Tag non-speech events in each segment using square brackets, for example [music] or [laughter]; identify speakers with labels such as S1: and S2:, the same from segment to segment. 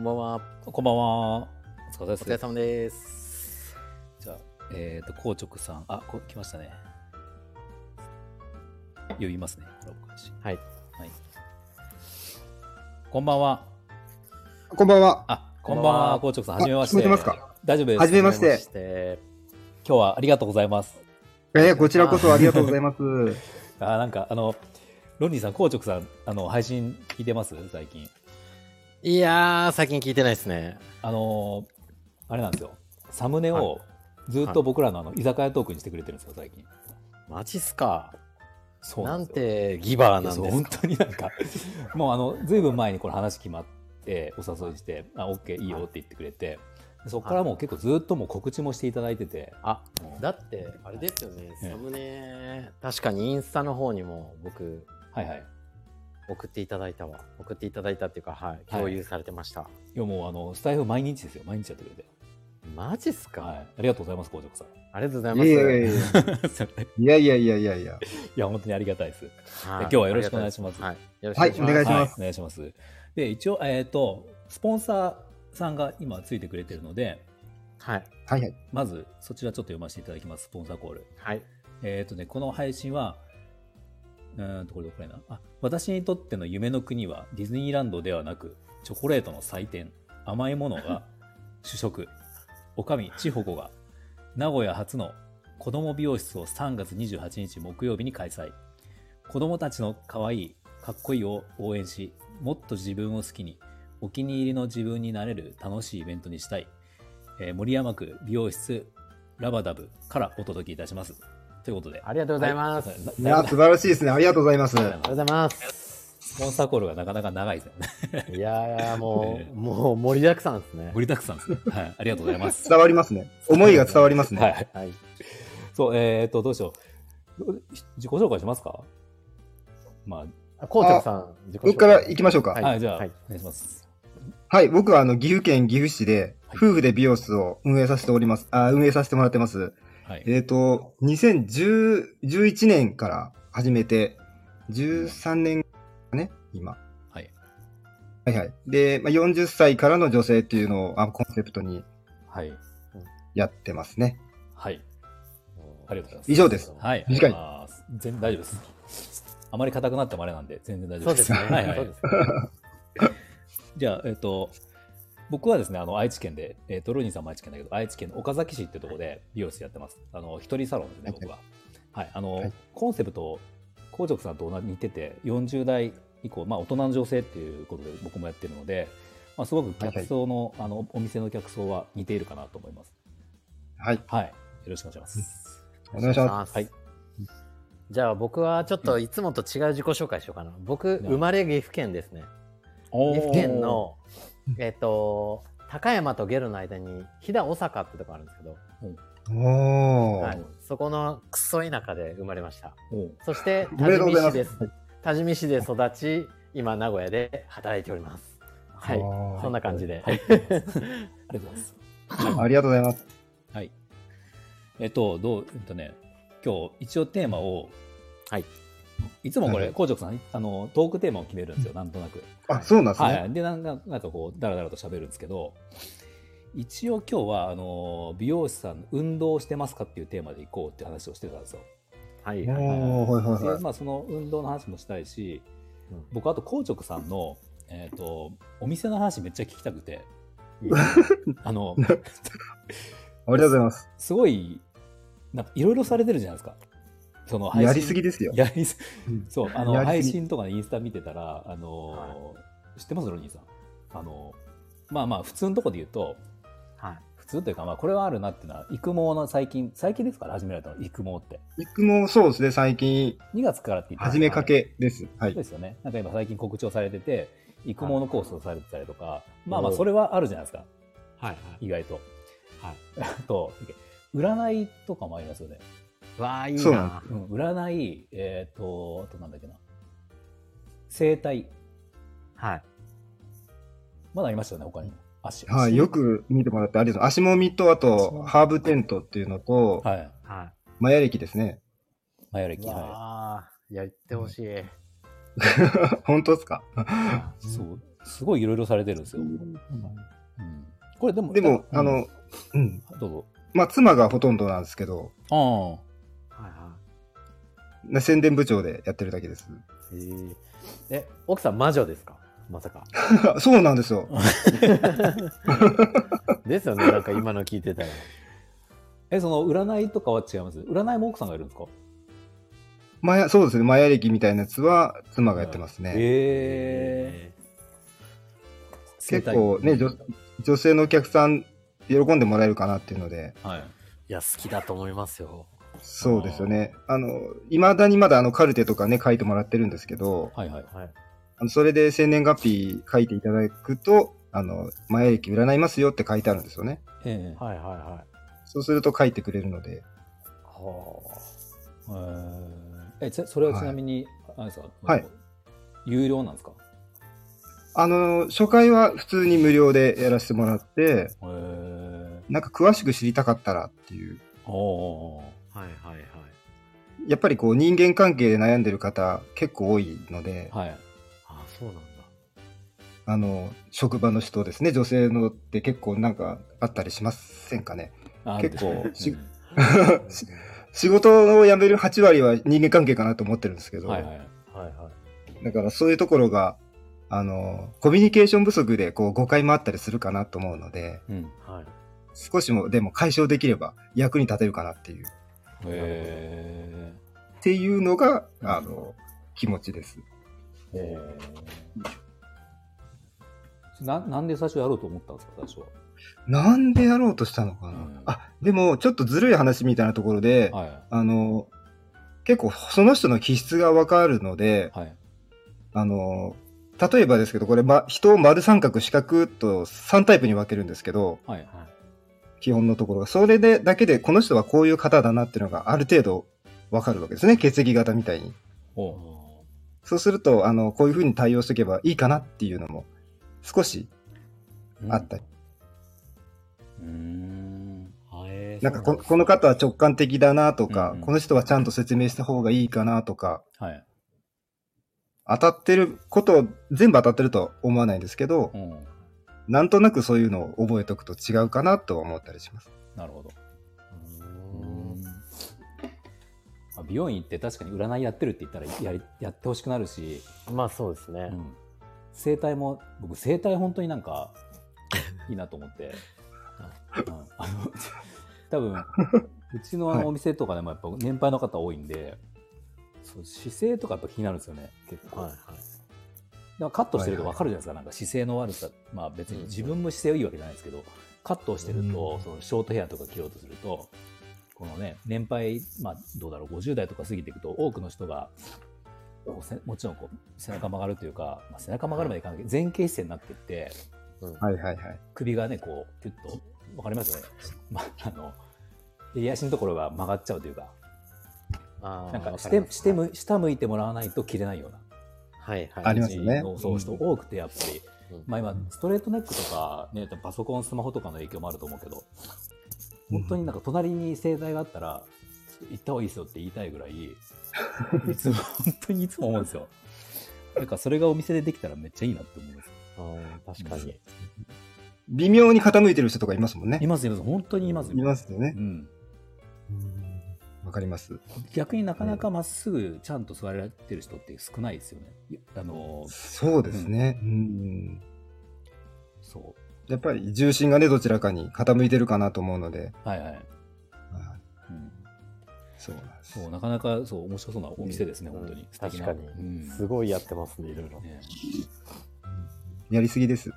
S1: んばんは。
S2: こんばんは。お疲れ様で
S1: お
S2: す。
S1: 疲れ様です。
S2: じゃあ、えっ、と、硬直さん。あ、こ来ましたね。呼びますね。コラボ開始。
S1: はい。
S2: はい。こんばんは。
S3: こんばんは。
S2: あ、こんばんは。
S1: こ
S2: 硬直さん、はじめまして。
S3: あ聞こえてますか
S2: 大丈夫です。
S3: はじめまして
S1: はじめ
S2: 今日はありがとうございます。
S3: えーこちらこそありがとうございます。
S2: あ、なんか、あの、ロンリーさん、硬直さん、あの、配信聞いてます最近。
S1: まして。いやー、最近聞いてないですね。
S2: あのーあれなんですよ。サムネをずっと僕らのあの居酒屋トークにしてくれてるんですよ、最近。
S1: マジっすか。
S2: そう
S1: な
S2: なん
S1: ん
S2: ですよ。
S1: てギバーなん
S2: そう
S1: です
S2: 本
S1: か。
S2: 当になんかもうあのずいぶん前にこの話決まってお誘いして「あオッケーいいよ」って言ってくれてでそこからもう結構ずっともう告知もしていただいてて
S1: あ、
S2: もう
S1: だって、あれですよね。
S2: ええ
S1: サムネ、確かにインスタの方にも僕、
S2: はいはい
S1: 送っていただいたわ。送っていただいたっていうか、はい。共有されてました。
S2: いやもうあのスタイフ毎日ですよ毎日やってくれて、
S1: マジっすか、
S2: はい、ありがとうございます工場さん
S1: ありがとうござい
S3: い
S1: ます。
S3: やいやいやいやいやいやいやいや。
S2: いや本当にありがたいです
S1: は
S2: [laughs] 今日はよろしくお願いします
S1: はい。よろしくお願いします。
S3: はいお願いします
S2: お願いしますで一応えっ、とスポンサーさんが今ついてくれてるので
S1: はい。
S3: はいはい。
S2: まずそちらちょっと読ませていただきますスポンサーコール
S1: はい。
S2: えっ、とね、この配信は、うーんと、これどこかなあ。私にとっての夢の国はディズニーランドではなく、チョコレートの祭典、甘いものが主食、おかみ、ちほこが、名古屋初の子供美容室を3月28日木曜日に開催。子供たちの可愛い、かっこいいを応援し、もっと自分を好きに、お気に入りの自分になれる楽しいイベントにしたい。えー森山区美容室ラバダブからお届けいたします。ということで。
S1: ありがとうございます。
S2: は
S1: ありが
S2: い
S3: い
S2: なな
S3: や、素晴らしいですね。ありがとうございます。
S2: な
S1: とうございます。
S2: スポンサーコールがなかなか長いですよね。
S1: いやー、も
S2: [laughs] ね
S1: う、もう盛りだくさんですね。
S2: 盛りだくさん [laughs] ですね。はい。ありがとうございます。
S3: 伝わりますね。思いが伝わりますね。
S2: [laughs] はい。
S1: はい。
S2: そう、えー、っと、どうしよう。自己紹介しますかま
S1: あ、校長さん、自己紹介
S3: 僕から行きましょうか。
S2: あ、
S1: は
S3: は
S1: い
S3: い、
S2: はい、じゃあ、
S1: はい
S2: お願いします。
S3: 僕はあの岐阜県岐阜市で、
S2: はい
S3: 夫婦で美容室を運営させております。あ、運営させてもらってます。
S2: はい。
S3: えっ、と、2011年から始めて、13年ね、今。
S2: はい。
S3: はいはい。で、まあ、40歳からの女性っていうのをあコンセプトに
S2: はい。
S3: やってますね。
S2: はい。ありがとうございます。
S3: 以上です
S2: はい。
S3: 短い
S2: あー全大丈夫です。あまり硬くなってもあれなんで、全然大丈
S1: そう
S2: 夫で。
S1: ですすね。
S2: はいは
S1: そう
S2: い
S1: で。すね。
S2: じゃあ、えっ、と、僕はですね、あの愛知県で、えっ、と、ロニーさんも愛知県だけど、愛知県の岡崎市ってところで美容室やってます。あの、一人サロンですね、
S3: はい
S2: 僕は。はい、あの、
S3: はい
S2: コンセプト、紅直さんと同じ似てて、40代以降、まあ、大人の女性っていうことで僕もやってるので、まあ、すごく客層の、あの、お店の客層は似ているかなと思います。
S3: はい。
S2: はい。よろしくお願いします。
S3: お願いします。
S1: す
S2: はい。
S1: じゃあ僕はちょっといつもと違う自己紹介しようかな。僕、生まれ岐阜県ですね。岐阜県の、えっと、高山とゲルの間に飛騨大阪ってとこあるんですけど、
S3: おー。
S1: はい、そこのクソ田舎で生まれました。
S2: おー。
S1: そして多
S3: おめでと
S1: 治
S3: うご
S1: 見
S3: ざいま
S1: 市
S3: す
S1: です。多治見市で育ち、今名古屋で働いております。はい
S3: あ。ー
S1: そんな感じで。
S2: はい。
S3: [laughs]
S2: ありがとうございます。
S3: ありがとうございます。
S2: はい。えっと、どう、えっとね、今日一応テーマを、
S1: はい。
S2: いつもこ
S3: は
S2: れ、
S3: い
S2: 紅直さん、あの、トークテーマを決めるんですよ、なんとなく。
S3: あ、そうなんですね。
S2: はい。で、なんか、なんかこう、だらだらと喋るんですけど、一応今日は、あの、美容師さん、運動してますかっていうテーマでいこうって話をしてたんですよ。
S1: はい。
S3: お
S1: はい
S3: ー、はいはいは
S2: で、まあ、その運動の話もしたいし
S1: うん、
S2: 僕、あと、紅直さんの、えっ、と、お店の話めっちゃ聞きた
S3: [laughs]
S2: くて、あの、
S3: い。ありがとうございます。
S2: すごい、なんかいろいろされてるじゃないですか。その
S3: やりすぎですよ。
S2: やりす
S3: うん
S2: そう、あの、
S3: やりすぎ
S2: 配信とかね、インスタ見てたら、あのー、知ってますロニーさん。あのー、まあまあ、普通のとこで言うと、
S1: はい
S2: 普通というか、まあ、これはあるなっていうのは、育毛の最近、最近ですから始められたの、育毛って。
S3: 僕もそうですね、最近、
S2: 2月からって言って
S3: 始めか。けです。は
S2: そう
S3: い。
S2: ですよね。なんか今最近告知をされてて、育毛のコースをされてたりとか、まあまあ、
S1: うん
S2: それはあるじゃないですか、
S1: はい。
S2: 意外と。
S1: はい。
S2: [laughs] あと、占いとかもありますよね。
S1: わあ、いい
S3: そうなん
S1: な
S3: で。
S2: うん、占い、えっ、と、あとなんだっけな。生体。
S1: はい。
S2: まだありましたよね、他にも。足。
S3: はい、よく見てもらってありがとうございます。足もみと、あ
S2: 足も
S3: と、
S2: み
S3: ハーブテントっていうのと、
S2: はい。
S1: は
S3: マヤ歴ですね。 [laughs]
S2: マヤ
S1: い。
S2: 歴。は
S1: わあ、やってほしい。
S3: 本当ですか
S2: い。そう。すごいいろいろされてるんですよ。うん、これでも、
S3: でも、
S2: うん
S3: あ、の、うん。
S2: どうぞ。
S3: まあ、妻がほとんどなんですけど、
S2: あ
S4: はいは
S3: な宣伝部長でやってるだけです。 [laughs]
S4: い。えーえ、奥さん魔女ですかまさか。
S3: そうなんですよ。
S4: ですよね、なんか今の聞いてたら。
S2: あ。え、その占いとかは違います占いも奥さんがいるんですか
S3: マヤ、そうですね。マヤ歴みたいなやつは妻がやってますね。
S4: え
S2: えー、
S3: 結構ね
S2: 生態
S3: 女性のお客さん、喜んでもらえるかなっていうので、
S2: はい。
S4: いや、好きだと思いますよ。
S3: そうですよね。あの、いまだにまだあのカルテとかね、書いてもらってるんですけど、
S2: はいはい。
S4: はい。
S3: あのそれで生年月日書いていただくと、あの、マヤ歴占いますよって書いてあるんですよね。
S2: ええ
S4: はいはいはい。
S3: そうすると書いてくれるので、
S4: は
S2: えーえちそれはちなみに、あれですか
S3: はい
S2: 有料なんですか
S3: あの、初回は普通に無料でやらせてもらって、
S2: えー、
S3: なんか詳しく知りたかったらっていう、
S2: おー
S4: あ。はいはいはい。
S3: やっぱりこう人間関係で悩んでる方結構多いので、
S2: はい。
S4: あ、そうなんだ。
S3: あの、職場の人ですね、女性のって結構なんかあったりしませんかね。
S2: あ
S3: 結構し
S2: うん
S3: 仕事を辞める8割は人間関係かなと思ってるんですけど、
S2: はいはい。
S4: [laughs] はいはい。
S3: だからそういうところが、あの、コミュニケーション不足でこう誤解もあったりするかなと思うので、
S2: うん。
S4: はい。
S3: 少しもでも解消できれば役に立てるかなっていう、
S2: え
S3: っていうのが、あの、気持ちです。
S2: ー、えーななんで最初やろうと思ったんですか最初は。
S3: なんでやろうとしたのかな、
S2: うん
S3: あ、でもちょっとずるい話みたいなところで、
S2: は
S3: あの、結構その人の気質がわかるので
S2: い。、はい。
S3: あの、例えばですけど、これ、ま、人を丸三角四角と3タイプに分けるんですけど、
S2: はい。
S3: 基本のところが、それでだけでこの人はこういう方だなっていうのがある程度わかるわけですね。血液型みたいに。
S2: おう
S3: そうすると、あの、こういうふうに対応しておけばいいかなっていうのも少しあったり。
S2: うーん。
S4: はい。
S3: なんかこ、この方は直感的だなとか、
S2: うんうん
S3: この人はちゃんと説明した方がいいかなとか、
S2: はい。
S3: 当たってることを全部当たってるとは思わないんですけど
S2: う、ん。
S3: なんとなくそういうのを覚えておくと違うかなとは思ったりします。
S2: なるほど。
S4: う
S2: うー
S4: ーん
S2: んまあ美容院行って確かに占いやってるって言ったらやりやってほしくなるし、
S4: まあそうですね
S2: う。ん、整体も僕整体本当にな
S3: [laughs]
S2: んかいいなと思って、うんあの [laughs]
S3: [laughs]
S2: 多分うちのあ
S3: はい
S2: のお店とかでもやっぱ年配の方多いんで、そう姿勢とかやっぱ気になるんですよね結構、
S4: はいはい。
S2: だからカットしてると分かるじゃないですか、なんか姿勢の悪さ、まあ別に自分も姿勢はいいわけじゃないですけど、カットしてると、そのショートヘアとか切ろうとすると、このね、年配、まあどうだろう、50代とか過ぎていくと、多くの人が、こうせもちろんこう背中曲がるというか、まあ、背中曲がるまでいかないけど、前傾姿勢になってって、
S4: うん
S3: はいはいはい。
S2: 首がね、こう、キュッと、分かりますよね。まあ、あの、襟足のところが曲がっちゃうというか、
S4: あー
S2: なんか
S4: わ
S2: して
S4: ります
S2: してむ下向いてもらわないと切れないような。
S4: はいはい。
S3: ありますよね
S2: 感じのそう人多くてやっぱり、
S4: うん
S2: まあ、今ストレートネックとか、ね、パソコンスマホとかの影響もあると思うけど本当になんか隣に盛大があったらちょっと行った方がいいですよって言いたいぐらいいつも本当にいつも思うんですよなんかそれがお店でできたらめっちゃいいなって思うんですよ
S4: あー確かに。
S3: 微妙に傾いてる人とかいますもんね。
S2: いますいます本当にいますよ
S3: いますよね
S2: う。ん、
S3: わかります。
S2: 逆になかなかまっすぐちゃんと座られてる人って少ないですよねいやあの
S3: そうですね。うん。
S2: そ
S3: やっぱり重心がね、どちらかに傾いてるかなと思うので、
S2: うはいはい、
S3: はい
S2: うん、
S3: そうなんです。
S2: そうなかなかそう面白そうなお店ですね、本当に素
S4: 確
S2: 敵な
S4: かに
S2: うん。
S4: すごいやってますね、いろいろ。
S2: ね
S3: やりすぎです。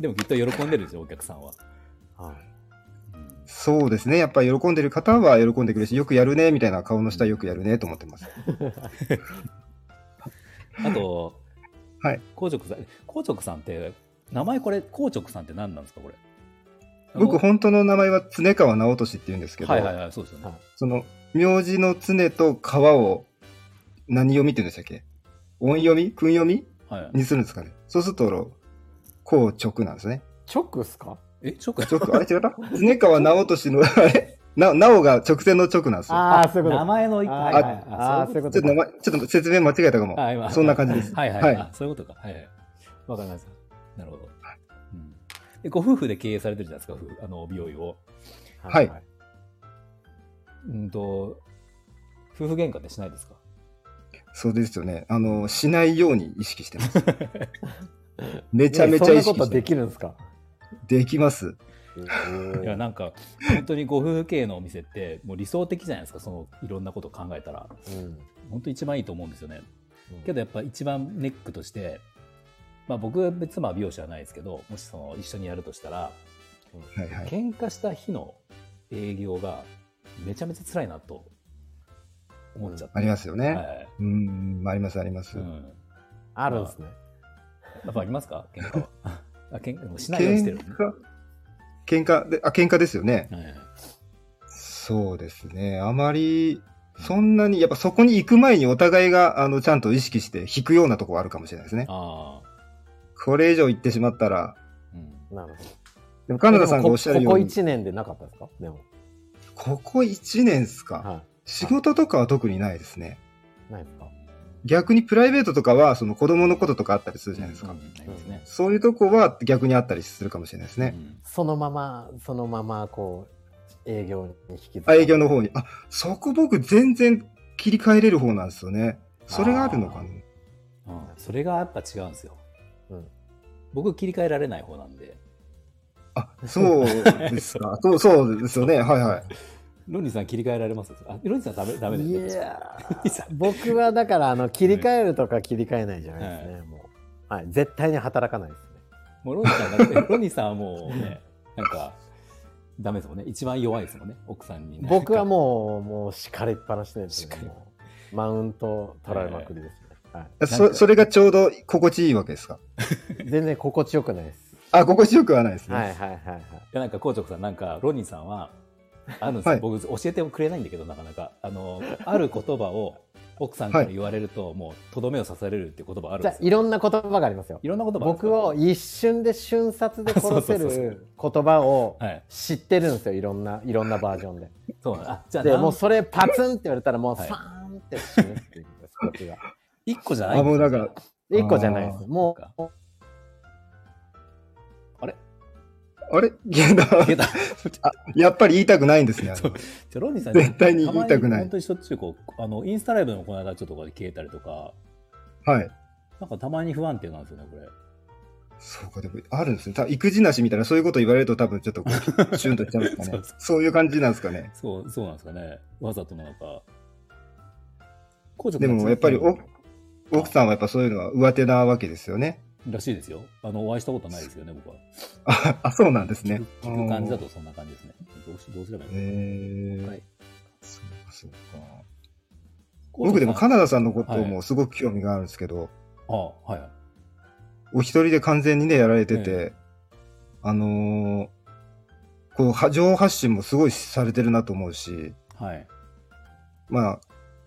S2: でもきっと喜んでるでしょお客さんは、
S4: はい
S3: そうですね。やっぱり喜んでる方は喜んでくれるし、よくやるね、みたいな顔の下よくやるね、と思ってます。
S2: あと
S3: はい
S2: 紅直さん紅直さんって名前これ紅直さんって何なんですかこれ
S3: 僕、
S2: あの
S3: 本当の名前は常川直俊って言うんですけど、
S2: はいはいはいそうですよね、
S4: はい
S3: その、名字の常と川を何読みって言うんでしたっけ音読み訓読み
S2: はい
S3: にするんですかね。そうすると、こう直なんですね。
S4: 直っすか
S2: えちょっと
S3: 直、あれ違った常川直俊の、あれな、なおが直線の直なんですよ。
S4: ああ、そういうこと。
S2: 名前の一個
S4: あー
S2: はいはい
S4: あーそういうこ
S3: ちょ
S4: と
S3: っと名前、ちょっと説明間違えたかも。
S2: あ今
S3: そんな感じです
S2: はいはい、
S3: はい
S2: あそういうことか。はいはい。わかりました。なるほど、
S3: は
S2: うんで。ご夫婦で経営されてるじゃないですか、夫婦あの美容院を。
S3: はい
S2: うんと、夫婦喧嘩ってしないですか
S3: そうですよね。あの、しないように意識してます。めちゃめちゃ意識
S4: そんなこと
S3: して
S4: で
S3: ま
S4: きるんですか
S3: す。できます。
S2: いや、なんか、本当にご夫婦経営のお店って、もう理想的じゃないですか、そのいろんなことを考えたら。
S4: うん
S2: 本当一番いいと思うんですよね。けどやっぱ一番ネックとして、まあ僕は妻は美容師じゃないですけど、もしその一緒にやるとしたら、
S3: はいはい。
S2: 喧嘩した日の営業がめちゃめちゃ辛いなと思っちゃって。
S3: ありますよね。
S2: はい
S3: うん、ありますあります。
S2: うん
S4: あるんですね。
S2: やっぱありますか喧嘩は。あ、喧嘩もうしないようにして
S3: 喧
S2: る、
S3: 嘩喧嘩で、あ、喧嘩ですよね。
S2: はい
S3: そうですね。あまり、そんなに、やっぱそこに行く前にお互いが、あの、ちゃんと意識して引くようなとこはあるかもしれないですね。
S2: あ
S3: これ以上行ってしまったら、
S2: あ、うん。
S4: なるほど。
S3: でも、カナダさんがおっしゃるように、
S4: ここ1年でなかったですかでも。
S3: ここ1年ですか、
S4: は
S3: 仕事とかは特にないですね。
S4: い。ないですか
S3: 逆にプライベートとかは、その子供のこととかあったりするじゃないですか。
S2: うんありますね。
S3: そういうとこは逆にあったりするかもしれないですね。
S2: うん
S4: そのまま、そのまま、こう、営業に引きず
S3: あ営業の方に。あ、そこ僕全然切り替えれる方なんですよね。それがあるのかな
S2: うんそれがやっぱ違うんですよ。
S4: うん
S2: 僕切り替えられない方なんで。
S3: あ、そうですか。そう、そうですよね。はいはい。
S2: ロニーさん切り替えられますあ、ロニーさんダメ、ダメです
S4: い
S2: ね。
S4: や
S2: ロニーさん
S4: ー僕はだから、あの、切り替えるとか切り替えないじゃないですね、もう。はい。絶対に働かないですね。
S2: もうロニーさんだって、ロニーさんはもうね、なんか、ダメですもんね。一番弱いですもんね、奥さんに、ね。
S4: 僕はもう、もう叱りっぱなしです
S2: 叱
S4: ね。
S2: り
S4: もうマウント取られまくりですね。はい。
S2: なん
S3: そ
S2: か
S3: それがちょうど心地いいわけですか
S4: 全然心地よくないです。
S3: あ、心地よくはないですね。
S4: はいはいはいはい。
S2: いやなんか、校直さん、なんか、ロニーさんは、あるんですよ、
S3: はい
S2: 僕、教えてもくれないんだけど、なかなか。あの、ある言葉を、奥さんから言われると、もう、とどめを刺されるっていう言葉ある
S4: じ
S2: んで
S4: ゃあ
S2: すよ。
S4: いろんな言葉がありますよ
S2: い。ろんな言葉あるんですか
S4: 僕を、一瞬で瞬殺で
S3: [laughs]
S4: 殺せ
S2: そうそうそう
S4: る言葉を
S2: はい。
S4: 知ってるんですよ。いろんな、いろんなバージョン
S1: [laughs]
S4: で。
S2: そうなんあ、じゃあ、
S4: で
S2: なん
S4: もうそれパツンって言われたらもう
S2: はい
S4: サーンって死ぬっていうんです、こっちが。 [laughs]
S2: 一個じゃない
S3: あ、もうなんか、
S4: で一個じゃないです。も
S2: そう
S4: う、
S3: あれゲだ。
S2: いやだ
S3: あやっぱり言いたくないんですね。
S2: そうじゃあロニーさん
S3: 絶対に言いたくない
S2: たまに本当にしょっちゅうこうあのインスタライブのこの間ちょっとこれ消えたりとか
S3: はい。
S2: なんかたまに不安定なんですよねこれ
S3: そうか、でもあるんですね。た育児なしみたいな、そういうこと言われると多分ちょっとこう、シュンとしちゃうんですか
S2: [laughs] そ
S3: ね
S2: うそう。
S3: そういう感じなんですかね。
S2: そうそうなんですかねわざとなのかこうちょ
S3: でもやっぱりお奥
S2: ん
S3: さんはやっぱそういうのは上手なわけですよね。
S2: らしいですよあのお会いしたことないですよね僕は
S3: あ、あそうなんです
S2: 聞
S3: ね
S2: く。聞く感じだとそんな感じですねどうしどうすればいい
S3: へ
S2: の
S3: え
S2: はい
S3: そうか、そうか。
S2: コウチョウさん
S3: 僕でもカナダさんのこと
S2: は
S3: もすごく興味があるんですけど、
S2: あはいはい
S3: お一人で完全にね、やられてて、
S2: え
S3: あのーこうは、情報発信もすごいされてるなと思うし、
S2: はい
S3: まあ、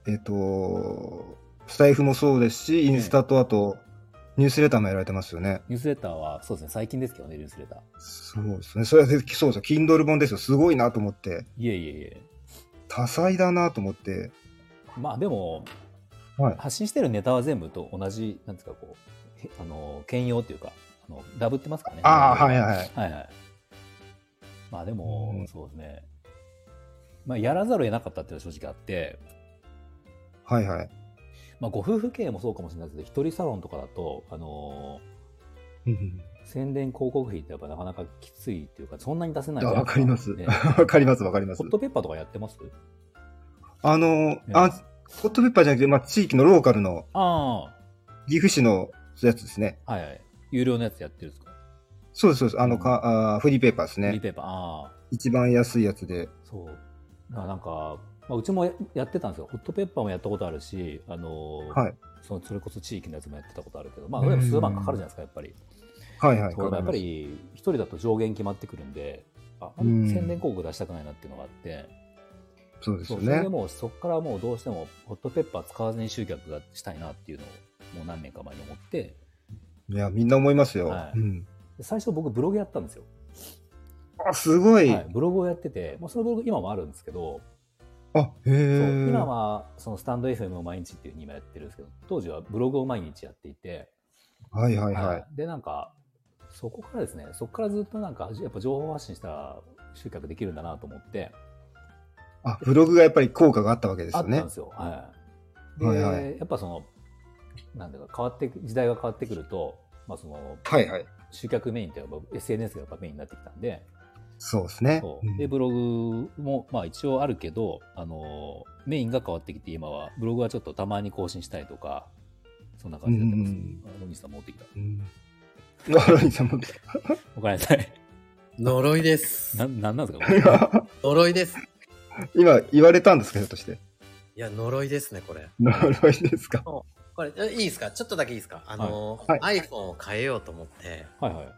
S3: えっ、と、スタイフもそうですし、インスタとあと、ニュースレターもやられてますよね。
S2: ニュースレターはそうですね最近ですけどねニュースレター
S3: そうですね。それは、そうそう、Kindle 本ですよ。すごいなと思って、
S2: いえいえいえ
S3: 多彩だなと思って、
S2: まあでも、
S3: はい
S2: 発信してるネタは全部と同じ、なんですか、こう、へあの、兼用っていうか、あのダブってますかね。
S3: ああ、はいはいはい。
S2: はいはい。まあでも、
S3: うん
S2: そうですね。まあ、やらざるを得なかったっていうのは正直あって、
S3: はいはい。
S2: まあ、ご夫婦経営もそうかもしれないですけど、一人サロンとかだと、あの
S3: うんうん
S2: ー宣伝広告費ってやっぱなかなかきついっていうか、そんなに出せない
S3: いやわかります
S2: ね
S3: わかります、わかります
S2: ホッ。トペッパーとかやってます
S3: あのーあ、ホットペッパーじゃなくて、まあ、地域のローカルの、
S2: あ
S3: 岐阜市のやつですね。
S2: あ、はいはい。有料のやつやってるんですか
S3: そうです、そうです。あの、かあーフリーペーパーです
S2: フリー
S3: ね。
S2: ペーパー、ああ。
S3: 一番安いやつで。
S2: そうだからなんか、まあ、うちもややってたんですよホットペッパーもやったことあるし、あのー
S3: はい
S2: そのそれこそ地域のやつもやってたことあるけど、まあ、それでも数万かかるじゃないですかやっぱり、
S3: はいはい。
S2: そうだからやっぱ
S3: わかり
S2: り一人だと上限決まってくるんでああん
S3: うん
S2: ま宣伝広告出したくないなっていうのがあって、
S3: ますそうです
S2: そ
S3: よ
S2: うそれ
S3: ね
S2: で。もうそこからもうどうしてもホットペッパー使わずに集客がしたいなっていうのをもう何年か前に思って
S3: いや、みんな思いますよ。
S2: はい
S3: うん
S2: で最初僕ブログやったんですよ
S3: ああ、すごい。
S2: はい、ブログをやってて、まあ、そのブログ今もあるんですけど、
S3: あ、へ
S2: そう
S3: え。
S2: 今はそのスタンド FM を毎日っていうに今やってるんですけど当時はブログを毎日やっていて、
S3: はいはい
S2: は
S3: はい
S2: い。でなんかそこからですねそこからずっとなんかやっぱ情報発信したら集客できるんだなと思って
S3: あ、ブログがやっぱり効果があったわけです
S2: あ
S3: よ
S2: った
S3: ね
S2: んで。すよ。はい、で、
S3: はいは
S2: やっぱそのなんだか変わって時代が変わってくると、まあ、その
S3: はいはい。
S2: 集客メインってやっぱ SNS がやっぱメインになってきたんで
S3: そうですね。
S2: そうう
S3: [laughs]
S2: んでブログもまあ一応あるけど、あのメインが変わってきて今はブログはちょっとたまに更新したりとかそんな感じになってます。
S3: うんうん
S2: あロニーさん持ってきた。
S3: うん。あロニーさんも。
S2: おかえりなさい。
S1: 呪いです
S2: [laughs] な。なんなんですかこ
S3: [laughs]
S2: れ
S3: 今、
S1: 呪いです。
S3: 今言われたんですか、ひょっとして。
S1: いや、呪いですね、これ。
S3: 呪いです
S2: [laughs]
S3: か。
S1: これ、えいいですかちょっとだけいいですかあの、
S3: はい
S1: iPhone を変えようと思って、
S2: はいはい。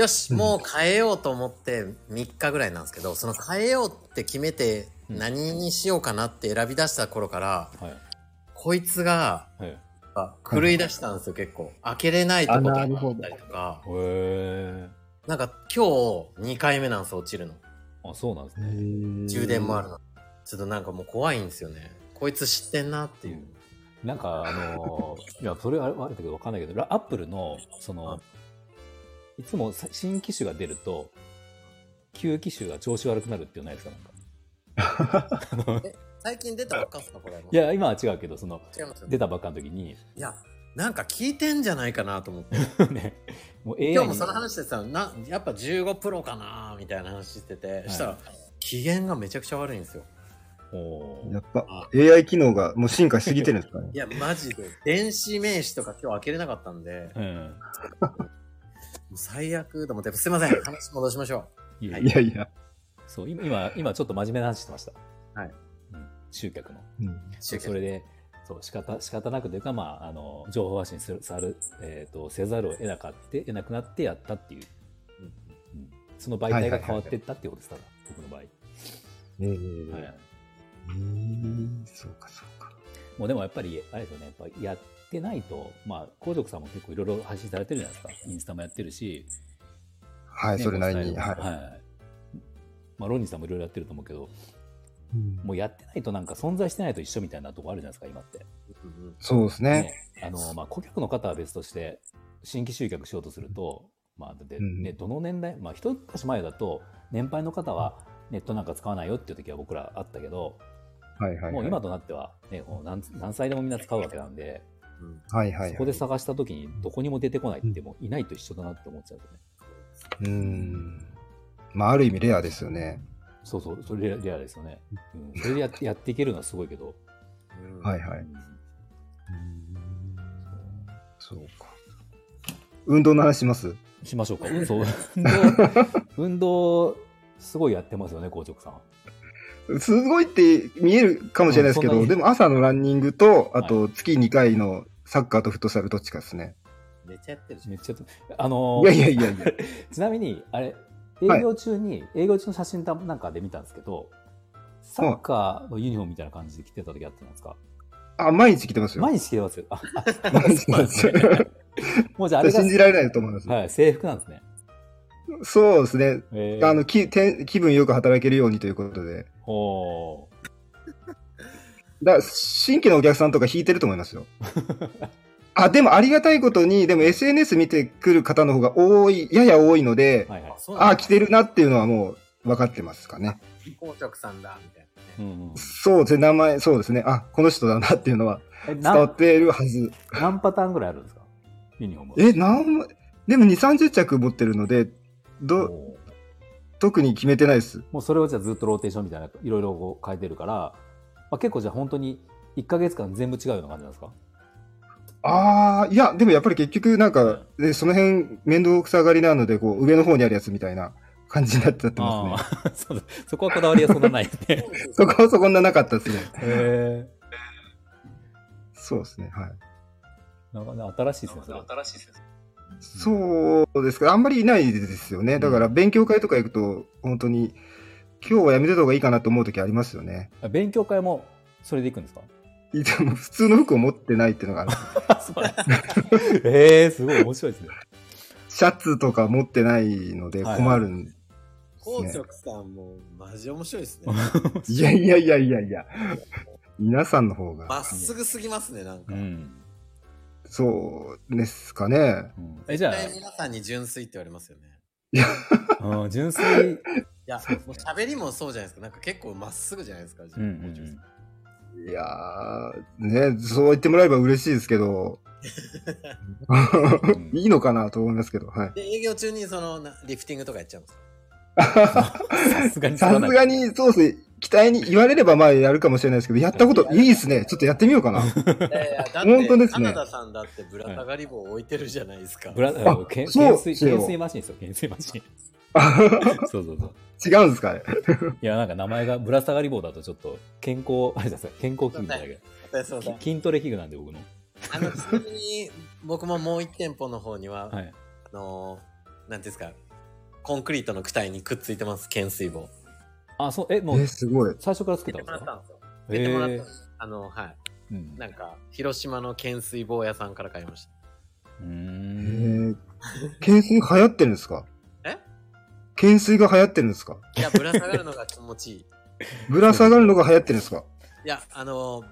S1: よし、
S3: うん
S1: もう変えようと思って3日ぐらいなんですけど、その変えようって決めて
S2: うん
S1: 何にしようかなって選び出した頃から、
S2: はい
S1: こいつが
S2: はい。へ
S1: あ狂い出したんですよ、結構。開けれないとこと
S3: あ
S1: が
S3: な
S1: あ
S3: るほ
S1: っ
S3: ど
S1: たりとか、
S2: え。
S1: なんか今日2回目なんですよ、落ちるの。
S2: あそうなんですね。
S1: 充電もある
S3: な。
S1: の。ちょっとなんかもう怖いんですよね。こいつ知ってんなっていう。
S2: なんかあのーいやそれはあれだけどわかんないけどラアップルのそのいつもさ新機種が出ると旧機種が調子悪くなるっていうのないですかなんか。
S1: 最近出たばっかっすか、これ。
S2: い、や今は違うけどその
S1: 違いますよね
S2: 出たばっかの時に、 [laughs]
S1: いや、なんか聞いてんじゃないかなと思って。
S2: ね、もう AI に
S1: 今日もその話でさ、なやっぱ15プロかなみたいな話してて、
S2: い
S1: したら、機嫌がめちゃくちゃ悪いんですよ。
S2: おー
S3: やっぱ、AI 機能がもう進化しすぎてるんですかね
S2: [laughs]
S1: い。や、マジで。電子名刺とか今日開けれなかったんで、も
S2: うん
S1: う最悪と思って、すいません、話戻しましょ
S2: いいよ
S1: はい
S2: い
S3: い
S2: い
S3: や
S2: よ
S3: いや。
S2: そう今今今ちょっと真面目な話してました、
S1: はい
S2: うん、集客の
S3: うん
S1: う。
S2: それでそう仕方仕方なくというか、まあ、あの情報発信するさる、えー、とせざるを得なかって得なくなってやったっていう、
S1: うん
S2: うんその媒体が変わっていったっていうことですから、僕の場合、
S3: えー
S2: はい
S3: うんそうかそうか。
S2: もうでもやっぱりあれですよねやっぱやってないとまあ皇族さんも結構いろいろ発信されてるじゃないですかインスタもやってるし
S3: はい、
S2: ね
S3: それなりに。
S2: こう
S3: は
S2: 伝え
S3: い
S2: るはいはいまあ、ロニーさんもいろいろやってると思うけど、
S3: うん
S2: もうやってないとなんか存在してないと一緒みたいなとこあるじゃないですか、今って。
S1: うん
S3: そうですね。
S2: あのまあ、顧客の方は別として、新規集客しようとすると、まあで
S3: うん
S2: ね、どの年代、まあ、一昔前だと、年配の方はネットなんか使わないよっていう時は僕らあったけど、
S3: はいはいはい。
S2: もう今となっては、ね、もう何何歳でもみんな使うわけなんで、
S1: うん
S3: はいはいはい。
S2: そこで探した時に、どこにも出てこないって、もういないと一緒だなって思っちゃうんですよ
S3: う
S2: ね。
S3: ん。まあ、ある意味レアですよね。
S2: そうそう、それレアレアですよね。うん、それで
S3: [laughs]
S2: ややっていけるのはすごいけど。
S1: うん
S3: はいはい。
S2: うん
S3: そうか。運動の話します
S2: しましょ
S3: [laughs]
S2: うか。そう運動、運動、すごいやってますよね、硬直さん。
S3: すごいって見えるかもしれないですけ
S2: うんそん
S3: ど、
S2: なに
S3: でも朝のランニングと、あと月2回のサッカーとフットサルどっちかですね。
S1: めっちゃやってるし。
S2: めっちゃやって、あの
S3: いやいやいやいや。
S2: ちなみに、あれ、
S3: はい
S2: 営業中に、営業中の写真なんかで見たんですけど、サッカーのユニフォームみたいな感じで着てた時あったじゃないですか。
S3: あ、毎日来てますよ。
S2: 毎日着てますよ。ああ
S3: 毎日来てますよ。
S2: もうじゃああれが
S3: 信、じられないと思います。
S2: はい、制服なんですね。
S3: そうですね。
S2: え
S3: あのきて気分よく働けるようにということで。
S2: おー
S3: だから新規のお客さんとか引いてると思い
S2: [laughs]
S3: ますよ。あでもありがたいことに、でも SNS 見てくる方の方が多い、やや多いので、
S2: はいはい。
S1: そう
S3: あ
S1: な
S3: あ、
S1: ん
S3: 来てるなっていうのはもう分かってますかね。
S1: 紅直さんだ、みたいなね。
S2: うんうん
S3: そうですね、名前、そうですね、あこの人だなっていうのは
S2: え
S3: 伝わっ
S2: 何
S3: てるはず。
S2: 何パターンぐらいあるんですかユニフォームは。
S3: え、なんでも2、30着持ってるので、
S2: お
S3: ど
S2: ー
S3: 特に決めてないです。
S2: もうそれをじゃあずっとローテーションみたいな、いろいろこう変えてるから、まあ、結構じゃあ本当に1か月間全部違うような感じなんですか
S3: ああ、いや、でもやっぱり結局、なんか、でその辺、面倒くさがりなので、こう上の方にあるやつみたいな感じになっちゃってますね。
S2: あー [laughs] そうだそこはこだわりはそんなないよね。 [laughs]
S3: [laughs] そこはそこんななかったですね。
S2: へ
S3: そうですね。はい。
S2: え。なんかね、新しいですね、それ。
S1: 新しいです
S3: そうですか。あんまりいないですよね。だから勉強会とか行くと、本当に、今日はやめてた方がいいかなと思う時ありますよね。
S2: あ勉強会もそれで行くんですか
S3: いつも普通の服を持ってないっていうのがある。
S2: [laughs] ええすごい面白いですね。
S3: シャツとか持ってないので
S2: はいはい
S3: 困るんです
S1: 宝
S3: ね
S1: 直さんもマジ面白いですね。
S3: いやいやいやいやいや。皆さんの方
S1: ま
S3: が
S1: っ。すぐすぎますね、なんか。
S2: うん
S3: そうですかね。
S2: うんえじゃ
S1: 絶対皆さんに純粋って言われますよね。
S2: あ、うん純粋、
S1: いや、
S2: そうです
S1: も
S2: ね
S1: う喋りもそうじゃないですか。なんか結構まっすぐじゃないですか。
S2: うんうんう
S1: 宝
S2: ん
S1: 直さん
S3: いやー、ね、そう言ってもらえば嬉しいですけど、
S2: ん
S3: いいのかなと思いますけど、はい。
S1: で、営業中にそのなリフティングとかやっちゃうんです
S2: [laughs]
S1: か
S2: さすがにそ
S3: さ
S2: れ
S3: す
S2: はない
S3: がに、そうですね、期待に言われればまあやるかもしれないですけど、やったこといいですね。ちょっとやってみようか
S2: [laughs]
S1: い
S3: な。
S1: やいや、だっ
S3: 本当
S1: て、
S3: です
S1: カ
S3: ね
S1: ナダさんだってぶら下がり棒置いてるじゃないですか。
S2: ブラ
S3: あ
S2: うんけん
S3: そう
S2: 懸
S3: で
S2: 垂
S3: すよ
S2: 懸垂マシンですよ、懸垂マシン。そうそうそう。
S3: 違うんですかね。
S2: いや、なんか名前がぶら下がり棒だとちょっと健康、あれですね健康器具みたい
S1: そ
S2: な
S1: うそうそう
S2: き筋トレ器具なんで僕の。
S1: あの、ちなみに、僕ももう一店舗の方には、
S2: はい。
S1: あのー、なんていうんですか、コンクリートの躯体にくっついてます、懸垂棒。
S2: あ、そう、え、も
S3: え、
S2: う
S3: すごい。
S2: 最初から作った
S1: も
S2: んで
S1: ら
S2: す
S1: った
S2: か
S1: んですよ。出てもらったん
S2: え
S1: です。あの、はい。
S2: ーうん
S1: なんか、広島の懸垂棒屋さんから買いました。
S2: うー
S3: え
S2: ん。
S3: ー、懸垂流行ってるんですか
S1: え
S3: 懸垂が流行ってるんですか
S1: いや、ぶら下がるのが気持ちいい。い
S3: ぶら下がるのが流行ってるんですか
S1: や、あのー、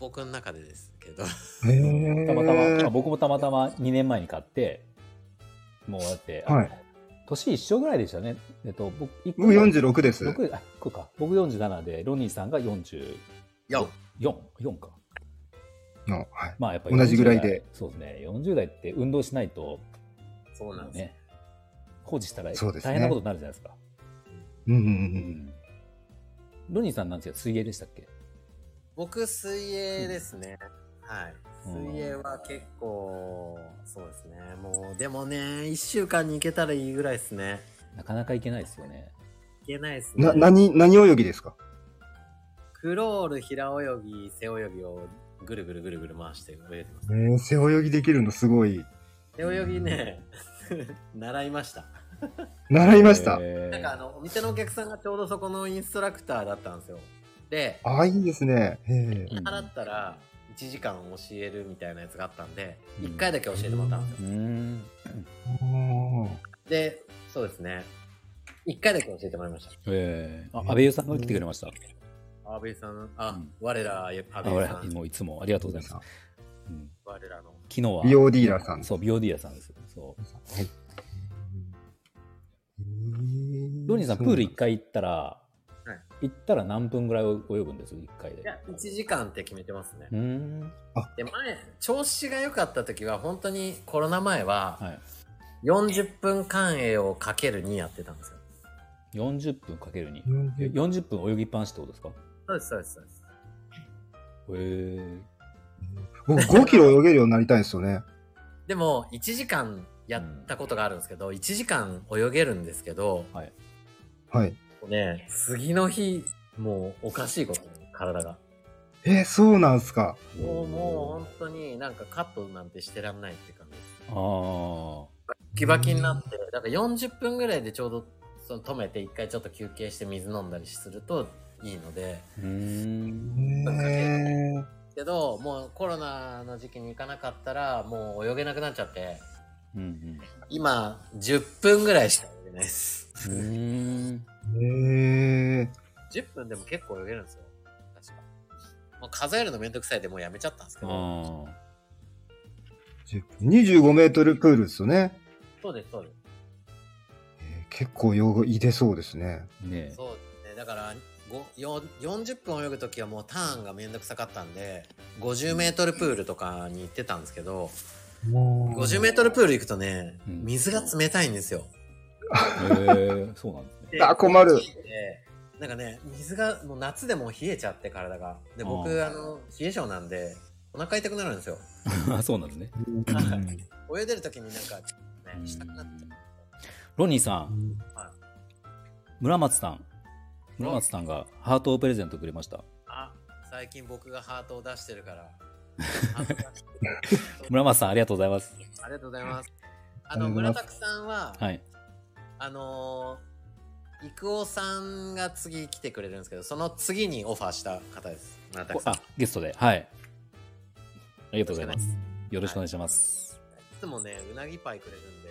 S1: 僕の中でですけど。
S3: へー
S2: たまたま、あ僕もたまたま2年前に買って、もうだって、あの
S3: はい
S2: 年一緒ぐらいでしたね。えっと、僕、一個
S3: 僕46です。
S2: 六あ、一個か。僕47で、ロニーさんが44、
S1: よ
S2: 4か。
S3: のはい。
S2: まあやっぱ
S3: 同じぐらい
S2: 40代
S3: で
S2: そうですね。40代って運動しないと、
S1: そうなんですよ。
S2: ね、放置したら
S3: そう
S2: 大
S3: ですね
S2: 変なことになるじゃないですか。
S3: うんうんう
S2: う
S3: ん。
S2: んロニーさんなんて水泳でしたっけ
S1: 僕、水泳ですね。はい。
S2: うん
S1: 水泳は結構、そうですね。もう、でもね、一週間に行けたらいいぐらいですね。
S2: なかなか行けないですよね。
S1: 行けないですね。
S3: な、何、何泳ぎですか
S1: クロール、平泳ぎ、背泳ぎをぐるぐるぐるぐる回して泳いでます。
S3: えー、背泳ぎできるのすごい。
S1: 背泳ぎね、習いました。
S3: 習いました。
S2: えー
S1: なんかあの、お店のお客さんがちょうどそこのインストラクターだったんですよ。で、
S3: ああ、いいですね。え
S2: うん
S1: 習ったら1時間教えるみたいなやつがあったんで、
S2: うん
S1: 1回だけ教えてもらったんですよ。
S2: うーん。
S3: ー、
S1: で、そうですね。1回だけ教えてもらいました。
S2: えー、あ、安倍優さんが来てくれました。
S1: 安倍さん、あ、
S2: うん
S1: 我ら、安
S2: あ、
S1: 倍さ
S2: 俺、
S1: ん、
S2: もういつもありがとうございます。うん
S1: 我らの。
S2: 昨日は、
S3: 美容ディーラーさん。
S2: そう、美容ディーラーさんです。そう。
S3: うん
S2: ロニーさん、プール1回行ったら、
S1: はい
S2: 行ったら何分ぐらい泳ぐんです ?1 回で。
S1: いや、1時間って決めてますね
S2: う。ーん。
S1: で、前、調子が良かった時は、本当にコロナ前は、
S2: はい。
S1: 40分間泳をかけるにやってたんですよ。
S2: 40分かけるに
S3: 40
S2: 40分泳ぎっぱなしってことですか
S1: そうです、そうです、そうです。
S2: へえ。
S3: 僕5キロ泳げるようになりたいんですよね。
S1: でも、1時間やったことがあるんですけど、1時間泳げるんですけど、
S3: はい。
S1: ね、次の日、もうおかしいことに、体が。
S3: えー、そうなんすか。
S1: もう、もう本当になんかカットなんてしてらんないって感じです。
S2: あ
S1: バキバキになって、だから40分ぐらいでちょうどその止めて、一回ちょっと休憩して水飲んだりするといいので、
S2: あ。うーん。
S3: えー、
S1: けど、もうコロナの時期に行かなかったら、もう泳げなくなっちゃって、
S2: うんうん。
S1: 今、10分ぐらいしか泳げないです。
S2: うーん。
S3: えー、
S1: 10分でも結構泳げるんですよ。確か。もう数えるのめんどくさいでもうやめちゃったんですけど。
S2: あ
S3: 25メートルプールですよね。
S1: そうです、そうです。
S3: えー結構泳ぐ、いでそうですね。
S2: あ。ねえ。
S1: そうですね。だから、ごよ40分泳ぐときはもうターンがめんどくさかったんで、50メートルプールとかに行ってたんですけど、50メートルプール行くとね、
S2: うん
S1: 水が冷たいんですよ。
S2: へえ、そうなんですね。
S1: で
S3: あ、困る。
S1: でなんかね、水が、もう夏でも冷えちゃって体が。で、僕、
S2: あ
S1: あの、冷え性なんで、お腹痛くなるんですよ。
S2: あ、そうなんですね。
S1: 泳いでるときになんか、ね、したくなっちゃう。
S2: ロニーさん、
S1: は
S2: 村松さん。村松さんがハートをプレゼントくれました。
S1: あ、最近僕がハートを出してるから。ハート出してる
S2: 村松さん、ありがとうございます。
S1: ありがとうございます。あ
S3: あ
S1: の、
S3: りがとうござ
S1: 村
S3: います
S1: 拓さんは、
S2: はい。
S1: あのー、郁夫さんが次来てくれるんですけど、その次にオファーした方です。村拓さん。
S2: あ
S1: い、
S2: ゲストで。はい。ありがとうございます。よろしくお願いします。
S1: つもね、うなぎパイくれるんで、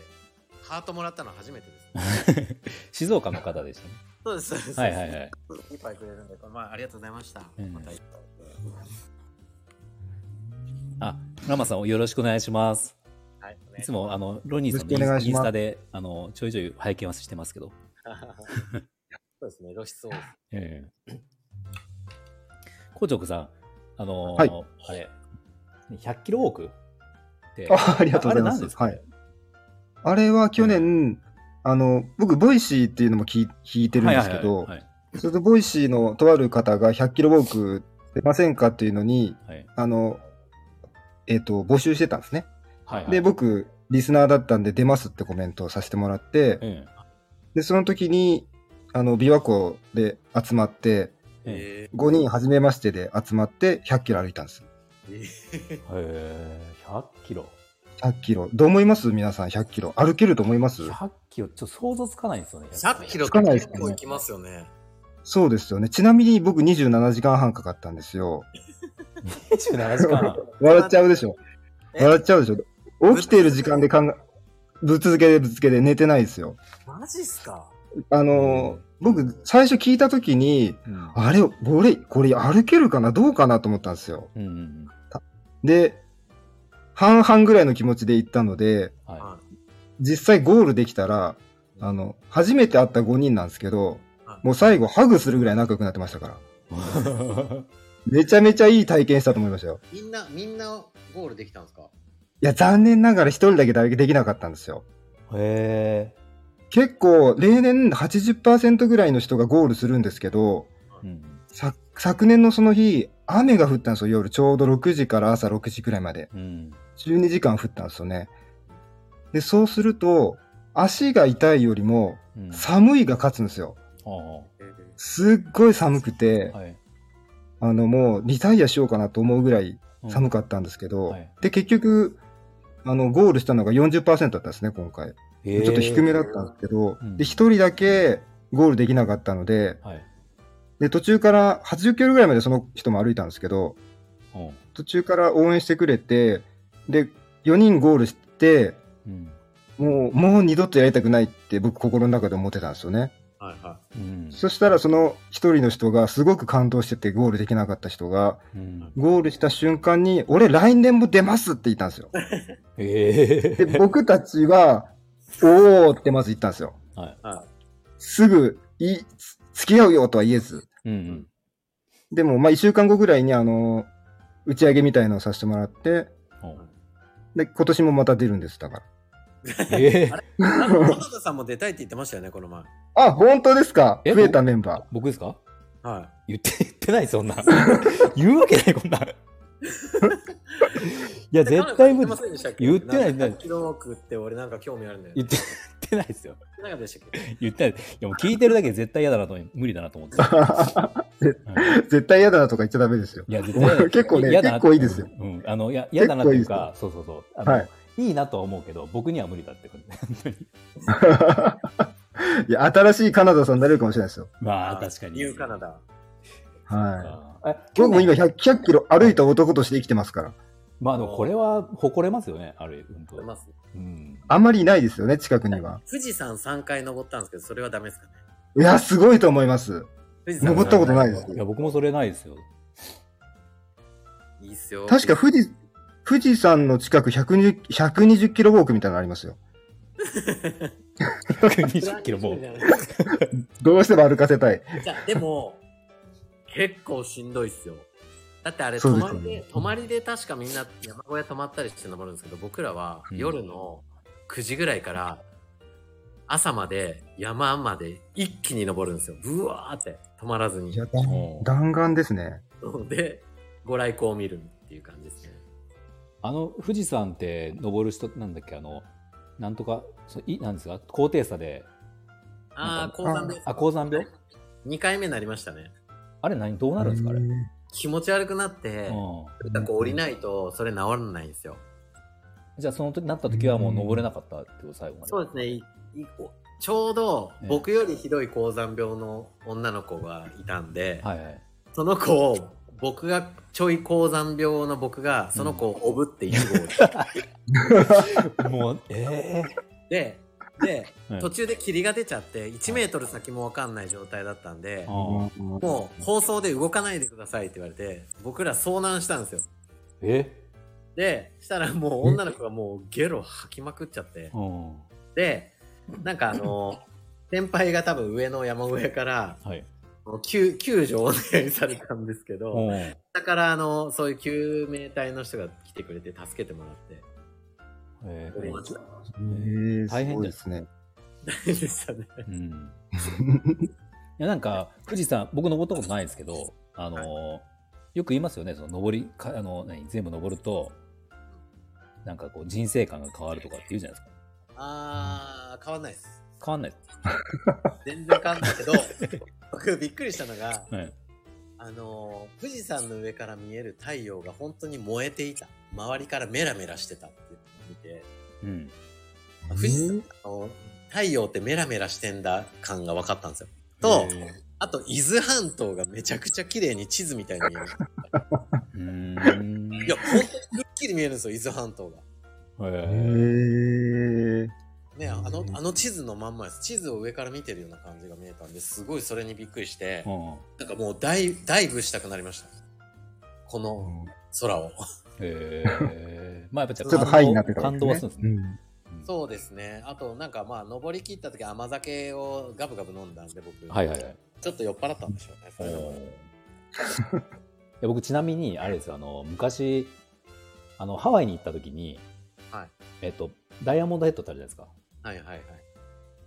S1: ハートもらったの初めてです、
S2: 静岡の方でしたね。
S1: そうです、そうです。
S2: はいはいはい。
S1: いっぱいくれるんで、まあ、ありがとうございました。
S2: うん
S1: また
S2: あ、ラマさんよろしくお願いします。
S1: はい、お願
S2: い
S1: い
S2: つ
S1: しま
S2: もあのロニーさんの
S3: よろしくお願い
S2: イン
S3: し
S2: イン
S3: ます
S2: スタであのちょいちょい拝見はしてますけど。
S1: す [laughs] そうですね、露出多いです。
S2: ええ。コチョクさん、あのー
S3: はい
S2: あれ、100キロウォークって
S3: あありがとうございま
S2: あれ何
S3: す
S2: ですか
S3: はいあれは去年、あの、僕、ボイシーっていうのも聞い聞いてるんですけど、
S2: はい
S3: それとボイシーのとある方が100キロウォーク出ませんかっていうのに、
S2: はいはい
S3: あの、えっ、と、募集してたんですね。
S2: はいはい。
S3: で、僕、リスナーだったんで出ますってコメントをさせてもらって、
S2: え
S3: で、その時に、あの、琵琶湖で集まって、
S2: ええ
S1: え
S3: 5人初めましてで集まって100キロ歩いたんです。
S1: ー、
S2: えへえ100キロ。
S3: 100キロ。どう思います皆さん100キロ。歩けると思います
S2: 100キロ、ちょっと想像つかないんですよね。
S1: 100キロっ
S3: つか
S1: て
S3: ないです
S1: 結
S3: ね
S1: 構いきますよね。
S3: そうですよね。ちなみに僕27時間半かかったんですよ。
S2: 27時間。
S3: 笑っちゃうでしょ。
S1: え
S3: 笑っちゃうでしょ。起きている時間で考え、ぶっ続けでぶっ続けで寝てないですよ。
S1: マジっすか
S3: あのー、僕、最初聞いた時に、
S2: うん
S3: あれ、俺、これ歩けるかなどうかなと思ったんですよ。
S2: うんうんうん。
S3: で、半々ぐらいの気持ちで行ったので、
S2: は
S3: 実際ゴールできたら、あの、初めて会った5人なんですけど
S1: は、い
S3: もう最後ハグするぐらい仲良くなってましたから。
S2: い。
S3: めちゃめちゃいい体験したと思いましたよ。
S1: みんな、みんなゴールできたんですか
S3: いや、残念ながら一人だけだけできなかったんですよ。
S2: へえ。
S3: 結構、例年80%ぐらいの人がゴールするんですけど、
S2: うん
S3: さ昨年のその日、雨が降ったんですよ、夜。ちょうど6時から朝6時くらいまで。
S2: うん。
S3: 12時間降ったんですよね。で、そうすると、足が痛いよりも、
S2: うん。
S3: 寒いが勝つんですよ。
S2: ああ
S1: え
S3: すっごい寒くて、
S2: はい。
S3: あの、もうリタイアしようかなと思うぐらい寒か
S2: か
S3: ったんですけど、
S2: はい
S3: で、結局、あの、ゴールしたのが40%だったんですね、今回。
S2: ち
S3: ちょっと低めだったんですけど、
S2: うん
S3: で、1人だけゴールできなかったので、
S2: はい。
S3: で、途中から80キロぐらいまでその人も歩いたんですけど、
S2: うん
S3: 途中から応援してくれて、で、4人ゴールして、
S2: うん。
S3: もう、もう二度とやりたくないって僕心の中で思ってたんですよね。
S1: はいは
S2: うん。
S3: そしたらその1人の人がすごく感動しててゴールできなかった人が、
S2: うん
S3: ゴールした瞬間に、俺来年も出ますって言ったんですよ。
S2: え
S3: で、僕たちは、おーってまず言ったんですよ。
S2: え。はい。
S1: い。は
S3: すぐ、い、つ付き合うよとは言えず。
S2: うん
S3: でも、まあ、一週間後ぐらいに、あの、打ち上げみたいのをさせてもらって、
S2: うん。うん
S3: で、今年もまた出るんです、だか
S2: ええ。
S1: い。なんか、小田さんも出たいって言ってましたよね、この前。
S3: ら。あ、本当ですか
S2: え
S3: 増えたメンバ
S2: 僕ですか
S1: は
S2: 言って、言ってない、そんな。 [laughs] 言うわけない、こんな。 [laughs] いや、
S1: い。
S2: 絶対無
S1: 言ってま。せ
S2: 理
S1: んでしたっけ
S2: 言ってない
S1: んかキロ多くって俺なんか興味あるんだよ、
S2: 言
S1: ね。
S2: って、言ってないですよ。
S1: なんかでしたっけ
S2: 言ってない。いや、もう聞いてるだけで絶対嫌だなと思い、無理だなと思って。 [laughs]
S3: ー。
S2: うん
S3: 絶対嫌だなとか言っちゃダメですよ。
S2: いや、絶対
S3: 結構ね
S2: 嫌だな
S3: 結構いいですよ。
S2: うん。あの、いや、嫌だなというか、そうそうそう。あの
S3: はい
S2: いいなとは思うけど、僕には無理だってこと。本当に
S3: いや、新しいカナダさんになれるかもしれないですよ。
S2: まあ、確かに。
S1: ニューカナダ。
S3: はい。
S2: い。え、
S3: 僕も今100、100キロ歩いた男として生きてますから。
S2: まあでもこれは誇れますよね、ある本当
S1: います
S2: うん。
S3: あんまりいないですよね、近くには。
S1: 富士山3回登ったんですけど、それはダメですかね。
S3: いや、すごいと思います。
S1: 富士山
S3: 登ったことないです
S2: い。や、僕もそれないですよ。
S1: いいっすよ。
S3: 確か富士、富士山の近く120、120キロウォークみたいなのありますよ。
S2: 120キロもう。
S3: どうしても歩かせたい。
S1: じゃあでも、結構しんどいっすよ。だってあれ、
S3: そ
S1: 泊
S3: うです
S1: まり
S3: よ
S1: で
S3: ね、
S1: 泊まりで確かみんな山小屋泊まったりして登るんですけど、僕らは
S2: うん
S1: 夜の9時ぐらいから朝まで山まで一気に登るんですよ。ブワーって止まらずに
S3: い。や、弾
S2: もう
S3: 弾丸ですね。
S1: で、ご来光を見るっていう感じですね。
S2: あの、富士山って登る人、なんだっけ、あの、なんとか、そういなんですか、高低差で、
S1: ああ、高
S3: なんか
S1: 山です。
S2: あ、高山病
S1: 2回目になりましたね。
S2: あれ何、どうなるんですか、あれ。
S1: 気持ち悪くなって、
S2: う
S1: なんか降りないとそれ治らないんですよ。
S2: ん。じゃあ、その時なった時はもう登れなかったってこと、最後まで。
S1: そうですね。いいちょうど僕よりひどい高山病の女の子がいたんで、
S2: はいはい。
S1: その子を僕がちょい高山病の僕がその子をおぶって1号
S2: [laughs] もう、ええ
S1: でで、
S2: うん
S1: 途中で霧が出ちゃって、1メートル先もわかんない状態だったんで、
S2: ああ
S1: もう放送で動かないでくださいって言われて、僕ら遭難したんですよ。
S2: え
S1: で、したらもう女の子がもうゲロ吐きまくっちゃって
S2: う、ん。は
S1: で、なんかあの、先輩が多分上の山小屋から、
S2: い。
S1: 救救助をお願いされたんですけど、
S2: うん。
S1: だからあのそういう救命隊の人が来てくれて助けてもらって
S2: え
S1: 終わりまし
S2: ー
S1: た
S3: えー
S2: 大
S3: すご
S2: 変じゃ
S3: い
S2: ん
S3: ですね。
S1: [laughs] でしたね
S2: うん。いやなんか富士山僕登ったことないですけどあのーよく言いますよねその登りかあの何全部登るとなんかこう人生観が変わるとかって言うじゃないですか
S1: あー変わんないです
S2: 変わんないです、
S1: 全然変わんないけ [laughs] ど僕びっくりしたのが
S2: はい、
S1: あの富士山の上から見える太陽が本当に燃えていた周りからメラメラしてたって見て
S2: うん
S1: 富士山の太陽ってメラメラしてんだ感が分かったんですよと
S2: へ
S1: あと伊豆半島がめちゃくちゃ綺麗に地図みたいに見える
S2: ーうーん
S1: いや本当にくっきり見えるんですよ伊豆半島が
S3: え
S2: へー
S3: ー、
S1: ね、あの
S3: うん
S1: あの地図のまんまです地図を上から見てるような感じが見えたんですごいそれにびっくりして
S2: うん
S1: なんかもうダイダイブしたくなりましたこの空を [laughs]
S2: へーまあやっぱじゃあ
S3: ちょっとハイになってたわけ
S2: 感動はするんですね、
S3: うん
S1: そうですねあとなんかまあ登り切った時甘酒をガブガブ飲んだんで僕、
S2: はいはいはい
S1: ちょっと酔っ払ったんでしょうねそれでも
S2: いや僕ちなみにあれですよあの昔あのハワイに行った時に、
S1: はい
S2: えっとダイヤモンドヘッドってあるじゃないですか
S1: はいはいはい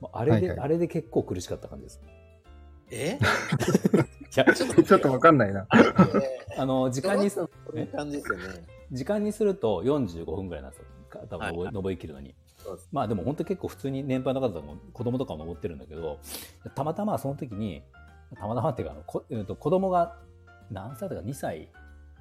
S2: もうあれで、
S3: はいはい
S2: あれで結構苦しかった感じです。
S1: え
S2: いや、
S3: ちょっとわかんない [laughs] な。
S2: あの、時間にす、
S1: こういう感じですよね
S2: 時間にすると45分ぐらいなんですよ。か多分
S1: はい
S2: 登登り切るのに
S1: そうです。
S2: まあでも本当結構普通に年配の方とかも子供とかも登ってるんだけど、たまたまその時に、たまたまっていうかあの、こえーと子供が何歳だか2歳、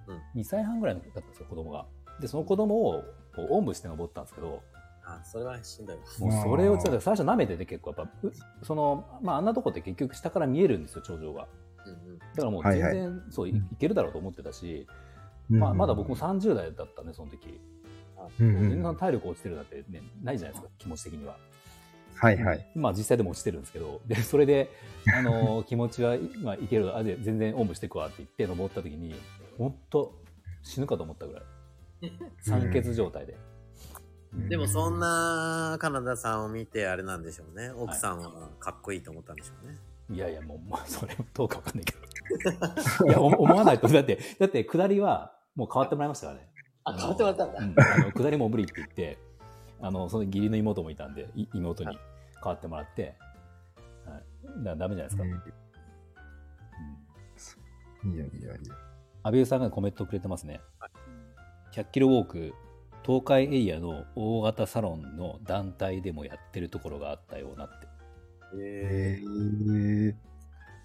S1: うん
S2: 2歳半ぐらいだったんですよ、子供が。で、その子供をこうおんぶして登ったんですけど、
S1: あそれはしんどいわ
S2: もうそれをちょっと最初舐めてて結構やっぱ、うその、まああんなとこって結局下から見えるんですよ、頂上が。
S1: うんうん
S2: だからもう全然、
S3: はい
S2: そうい
S3: うん
S2: いけるだろうと思ってたし、まあ、まだ僕も30代だったねその時、
S3: うんう
S2: 全
S3: ん
S2: 然体力落ちてるなんて、ね、ないじゃないですか気持ち的には
S3: はいはい。
S2: まあ実際でも落ちてるんですけどでそれで、あの [laughs] ー気持ちは、まあ、いけるあで全然おんぶしてくわって言って登った時に本当死ぬかと思ったぐらい酸欠状態で、
S1: でもそんなカナダさんを見てあれなんでしょうね奥さんはかっこいいと思ったんでしょうね、
S2: いやいやもう、まあ、それどうかわかんないけ [laughs] どいやお思わないとだってだって下りはもう変わってもらいましたからね
S1: あ変わってもらったんだ、
S2: うんあの下りも無理って言ってあのその義理の妹もいたんでい妹に代わってもらって、はい、だからダメじゃないですか、うん
S3: うんいいよいいよいいよ。
S2: 安倍さんがコメントくれてますね100キロウォーク東海エリアの大型サロンの団体でもやってるところがあったようなって
S1: え
S3: えー、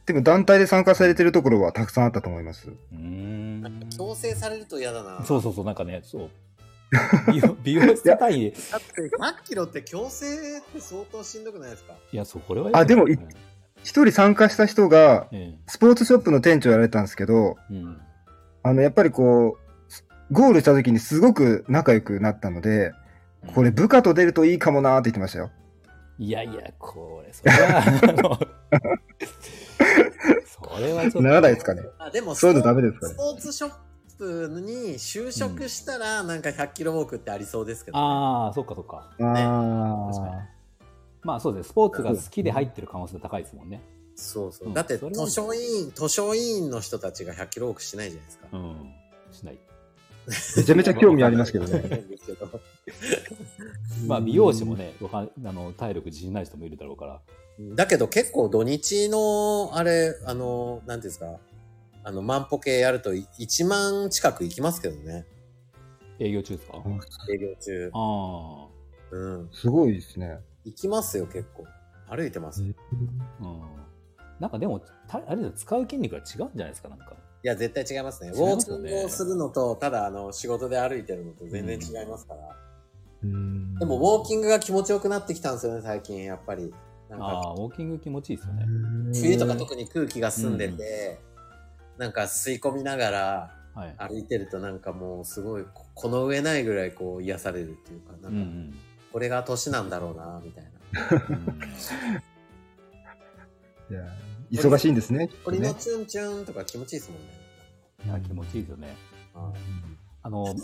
S3: でも団体で参加されてるところはたくさんあったと思います。
S2: うーん
S1: ー、強制されると嫌だな
S2: そうそうそうなんかね
S3: [laughs]
S2: そう美容美容室単位で
S1: だって100キロって強制って相当しんどくないですか
S2: いやそうこれは
S3: あでもい
S2: うん
S3: 一人参加した人が、
S2: え
S3: スポーツショップの店長やられたんですけど、
S2: えうん
S3: あの、やっぱりこう、ゴールした時にすごく仲良くなったので、これ部下と出るといいかもなーって言ってましたよ。
S2: いやいや、これ、それ
S3: [laughs]
S2: は、あの、それはちょっと。
S3: ならないですかね。
S1: あでも
S3: そういうのダメですかね
S1: スポーツショップに就職したらなんか100キロウォークってありそうですけど、
S2: ああ、そっかそっか。
S3: あ
S2: 確かに。まあそうですね、スポーツが好きで入ってる可能性高いですもんね。
S1: そうそううんだって
S2: それ
S1: 図
S2: は
S1: 書委員図書委員の人たちが100キロウォークしないじゃないですか、
S2: うん。しない。
S3: ーめちゃめちゃ興味ありますけど
S1: わかん
S3: ね。 [laughs]
S1: ないですけど
S2: まあ美容師もね、わかんあの体力自信ない人もいるだろうから。
S1: だけど結構土日のあれあのなんていうんですかあの万歩計やると1万近く行きますけどね
S2: 営業中ですか、
S3: ん
S1: 営業中
S2: あ
S1: うん
S3: すごいですね。
S1: 行きますよ結構歩いてます、い
S2: あ。うん。なんかでも、たあれだよ使う筋肉が違うんじゃないですか、なんか。
S1: や絶対違いますね
S2: 違
S1: ウ
S2: いま
S1: ォ
S2: す
S1: ー
S2: よ
S1: キ
S2: ね
S1: ングをするのとただあの仕事で歩いてるのと全然違いますから、でもウォーキングが気持ちよくなってきたんですよね最近やっぱりなん
S2: あ
S1: か
S2: あ、ウォーキング気持ちいいですよね。
S1: 冬とか特に空気が澄んでて、なんか吸い込みながら
S2: はい。
S1: 歩いてるとなんかもうすごいここの上ないぐらいこう癒されるっていうかな
S2: うんんう
S1: か
S2: ん。
S1: これが年なんだろうなみたいな、
S3: いや忙しいんですね。きっと
S1: 鳥の
S3: ね
S1: ツンツンとか気持ちいいですもんね。
S2: いや気持ちいいですよね。
S1: うん [laughs]
S2: あの、なんか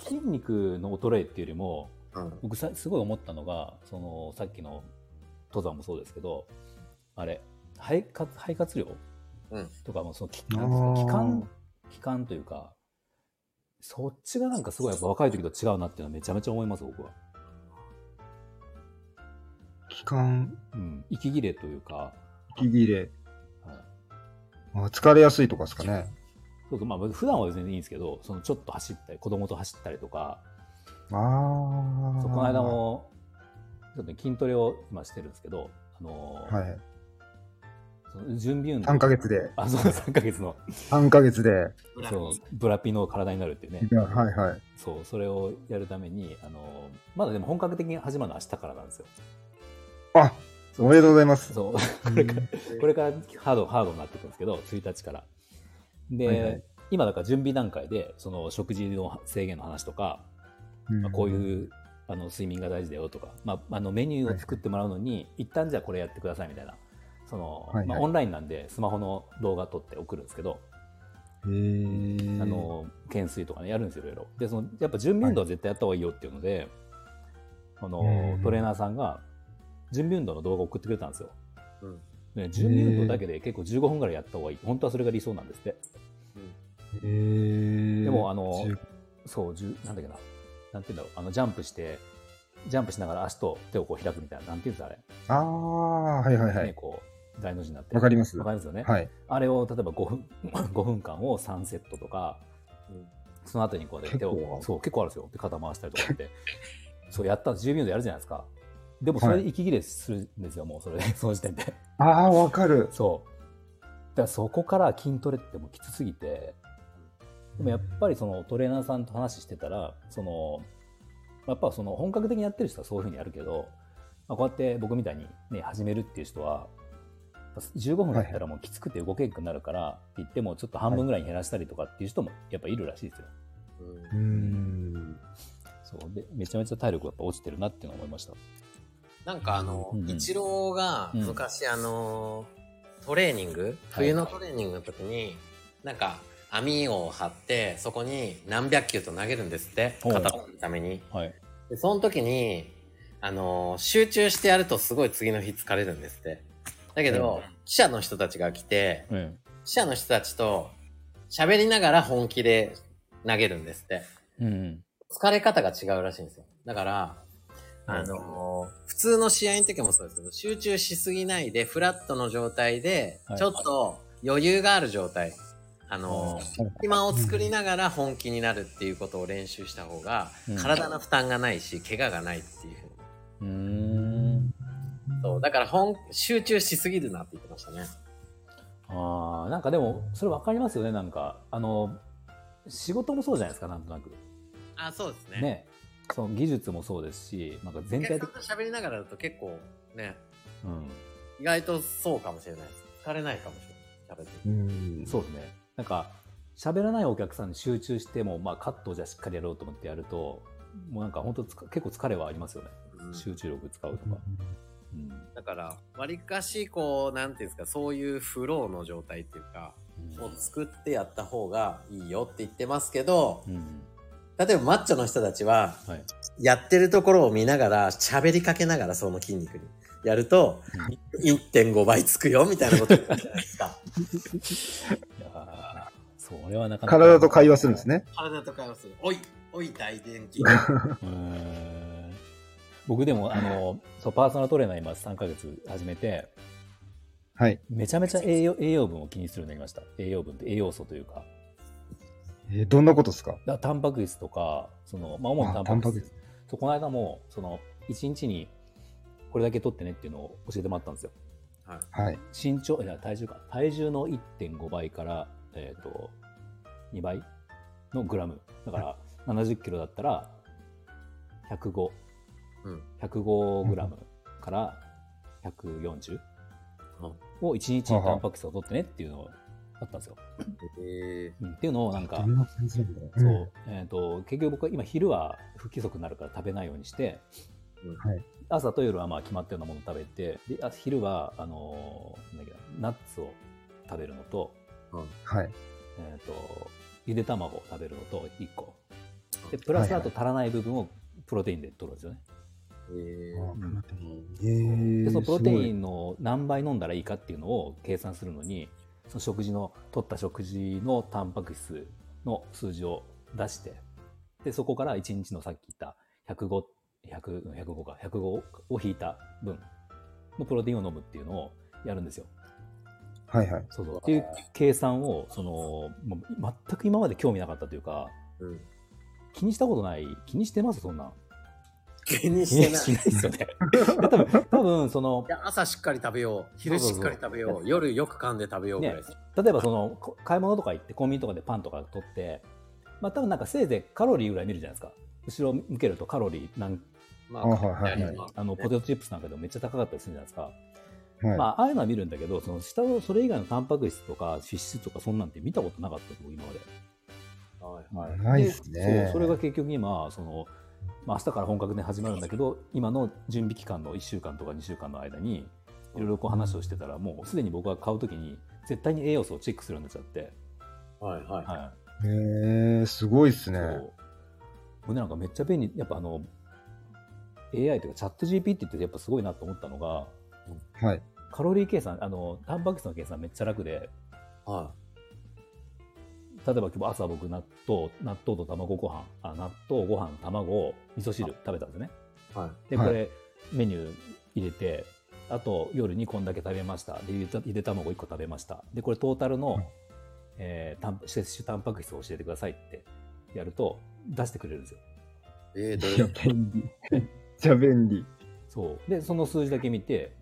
S2: 筋肉の衰えっていうよりも、
S1: うん
S2: 僕さすごい思ったのがそのさっきの登山もそうですけどあれ肺活肺活量、
S1: うん
S2: とかもそのき
S3: あー
S2: なんですか気管気管というかそっちがなんかすごいやっぱ若い時と違うなっていうのはめちゃめちゃ思います僕は、
S3: 期間、
S2: うん、息切れというか、
S3: 息切れ、
S2: はい、
S3: あ疲れやすいとかですかね。
S2: そうそうまあ僕普段は全然いいんですけどそのちょっと走ったり子供と走ったりとか
S3: ああ。
S2: そうこの間。もちょっと筋トレを今してるんですけどあのー
S3: はい。
S2: その準備運動
S3: 3ヶ月で、
S2: あそう3ヶ月の
S3: 3ヶ月で、
S2: そうブラピの体になるっていう
S3: [laughs]
S2: ね
S3: いやはいはい。
S2: そうそれをやるためにあのまだでも本格的に始まるのは明日からなんですよ
S3: あ、おめでとうございます。
S2: そう
S3: こ
S2: [laughs] れからこれからハードハードになっていくんですけど1日からで、
S3: はいはい
S2: 今だから準備段階でその食事の制限の話とか、まあ、こう
S3: う
S2: いうあの睡眠が大事だよとか、まあ、あのメニューを作ってもらうのに、一旦じゃあこれやってくださいみたいなその、
S3: はいはい
S2: まあ、オンラインなんでスマホの動画撮って送るんですけど、
S3: ん。へえ。
S2: あ、の懸垂とかねやるんですよいろいろでそのやっぱ準備運動は絶対やった方がいいよっていうので、あの
S3: うん
S2: トレーナーさんが準備運動の動画を送ってくれたんですよ、
S1: うん
S2: ね、準備運動だけで結構15分ぐらいやった方がいい本当はそれが理想なんですって
S3: へえ。
S2: でもあの
S3: 十
S2: そうじゅなんだっけななんて言うんだろうあのジャンプしてジャンプしながら足と手をこう開くみたいななんて言うんですかあれ、
S3: ああ、はいはいは
S2: ね
S3: い。
S2: こう大の字になって
S3: わかります
S2: わかりますよね、
S3: はい。
S2: あれを例えば5分 [laughs] ,5 分間を3セットとか、
S1: うん
S2: その後にこう手
S3: 結構
S2: をそう結構あるんですよで肩回したりとかってそうやったら10秒でやるじゃないですかでもそれで息切れするんですよ、もうそれでその時点で
S3: ああ、わかる。
S2: そうだからそこから筋トレってもうきつすぎてでもやっぱりそのトレーナーさんと話してたらそのやっぱその本格的にやってる人はそういうふうにやるけど、まあ、こうやって僕みたいに、ね、始めるっていう人はやっぱ15分だったらもうきつくて動けなくなるからって言ってもちょっと半分ぐらいに減らしたりとかっていう人もやっぱいるらしいですよ。
S1: うん
S3: うーん。
S2: そうでめちゃめちゃ体力やっぱ落ちてるなっていうのを思いました。
S1: なんかあの
S2: う、ん
S1: イチローが
S2: うん
S1: 昔あの、トレーニング、冬のトレーニングの時に、なんか網を張って、そこに何百球と投げるんですって、
S2: おう
S1: 肩のために。
S2: はい、
S1: で、その時に、あの、集中してやるとすごい次の日疲れるんですって。だけど、記者の人たちが来て、
S2: うん
S1: 記者の人たちと喋りながら本気で投げるんですって。
S2: うん
S1: 疲れ方が違うらしいんですよ。だから、あのー普通の試合の時もそうですけど、集中しすぎないで、フラットの状態で
S2: は、い
S1: ちょっと余裕がある状態、あのー隙間を作りながら本気になるっていうことを練習した方が、
S2: うん
S1: 体の負担がないし、怪我がないっていう。
S2: うーん
S1: そう、だから本、集中しすぎるなって言ってましたね。
S2: あーなんかでもそれ分かりますよねなんかあの仕事もそうじゃないですかなんとなく
S1: あ、そうですね。
S2: ねその技術もそうですしなんか
S1: お
S2: 全
S1: 客
S2: 体
S1: さんと喋
S2: 的
S1: りながらだと結構、ね、
S2: うん
S1: 意外とそうかもしれないです。疲れないかもしれない。喋って
S3: う。ん。
S2: そうですねなんか喋らないお客さんに集中しても、まあ、カットをじゃあしっかりやろうと思ってやるともうなんか本当つか結構疲れはありますよね
S1: うん
S2: 集中力使うとか、うん
S1: だから、わりかし、こう、なんていうんですか、そういうフローの状態っていうか、を作ってやった方がいいよって言ってますけど、
S2: うん
S1: 例えばマッチョの人たちは、
S2: はい
S1: やってるところを見ながら、喋りかけながらその筋肉にやると、1.5倍つくよみたいなこと言ってるじゃないです [laughs] か。
S2: いやーそれはなかなか
S3: 体と会話するんですね。
S1: 体と会話する。おい、おい、大電 [laughs] 気。
S2: うーん僕でもあのそうパーソナルトレーナー今3ヶ月始めて
S3: はい。
S2: めちゃめちゃ栄養栄養分を気にするようになりました栄養分って栄養素というか
S3: えーどんなことですか
S2: だタンパク質とかその、まあ、主に
S3: あ
S2: タンパク質
S3: タン
S2: そうこの間もその1日にこれだけ取ってねっていうのを教えてもらったんですよ
S3: はい。
S2: 身長いや体重か体重の1.5倍から、えー、と2倍のグラムだから7 0キロだったら105105、
S1: うん
S2: 105グラムから140を1日にタンパク質を取ってねっていうのがあったんですよ、
S1: え
S2: うんっていうのをなんか、
S3: どんな感じなんだろ
S2: そう、えー、と結局僕は今昼は不規則になるから食べないようにして、
S1: うん
S3: はい
S2: 朝と夜はまあ決まったようなものを食べて、であ昼は、あのーなんだっけなナッツを食べるのと、
S3: はい。
S2: えっ、と、ゆで卵を食べるのと1個。で、プラスあと足らない部分をプロテインで取るんですよね。
S3: うん
S2: で、そのプロテイ
S3: ン。
S2: ンの何倍飲んだらいいかっていうのを計算するのに、その食事の、取った食事のタンパク質の数字を出して、で、そこから1日のさっき言った105、100、105か、105を引いた分のプロテインを飲むっていうのをやるんですよ。
S3: はいはい。
S2: そうそう。っていう計算を、その、もう全く今まで興味なかったというか、
S1: うん
S2: 気にしたことない、気にしてますそんなん。
S1: 気にしてない。
S2: 気にしないですよね。多分、多分、その
S1: い、や朝しっかり食べよう昼しっかり食べよう夜よく噛んで食べようぐらいです、
S2: 例えばその、こ買い物とか行って、コンビニとかでパンとか取って、まあ多分なんかせいぜいカロリーぐらい見るじゃないですか。後ろ向けるとカロリーなん、
S1: ま
S3: あはいはい
S1: まあ
S2: あの、ポテトチップスなんかでもめっちゃ高かったりするじゃないですか。
S3: はい
S2: まあ、ああいうのは見るんだけど、その下の、それ以外のタンパク質とか脂質とかそんなんて見たことなかったと思う、今まで。
S1: はい
S2: はい
S3: ないっすね
S2: そうそれが結局今その、まあ明日から本格で始まるんだけど今の準備期間の1週間とか2週間の間にいろいろこう話をしてたらもうすでに僕が買うときに絶対に栄養素をチェックするようになっちゃって、
S1: はいはいはい
S2: は
S3: へえ、すごいっす
S2: い
S3: ね。
S2: そうこれなんかめっちゃ便利やっぱあの AI というかチャット GPT ってやっぱすごいなと思ったのが
S3: はい。
S2: カロリー計算あのタンパク質の計算めっちゃ楽で
S1: は
S2: 例えば今日朝僕納豆納豆と卵ご飯あ納豆ご飯卵味噌汁食べたんですね
S1: いはい
S2: でこ
S3: はい
S2: れ、メニュー入れてあと夜にこんだけ食べましたでゆでたゆで卵1個食べましたでこれトータルの、
S3: うん
S2: えータン摂取タンパク質を教えてくださいってやると出してくれるんですよ
S1: えー、ど
S3: いや、
S1: れ
S3: 便利。めっちゃ便利。
S2: そうでその数字だけ見て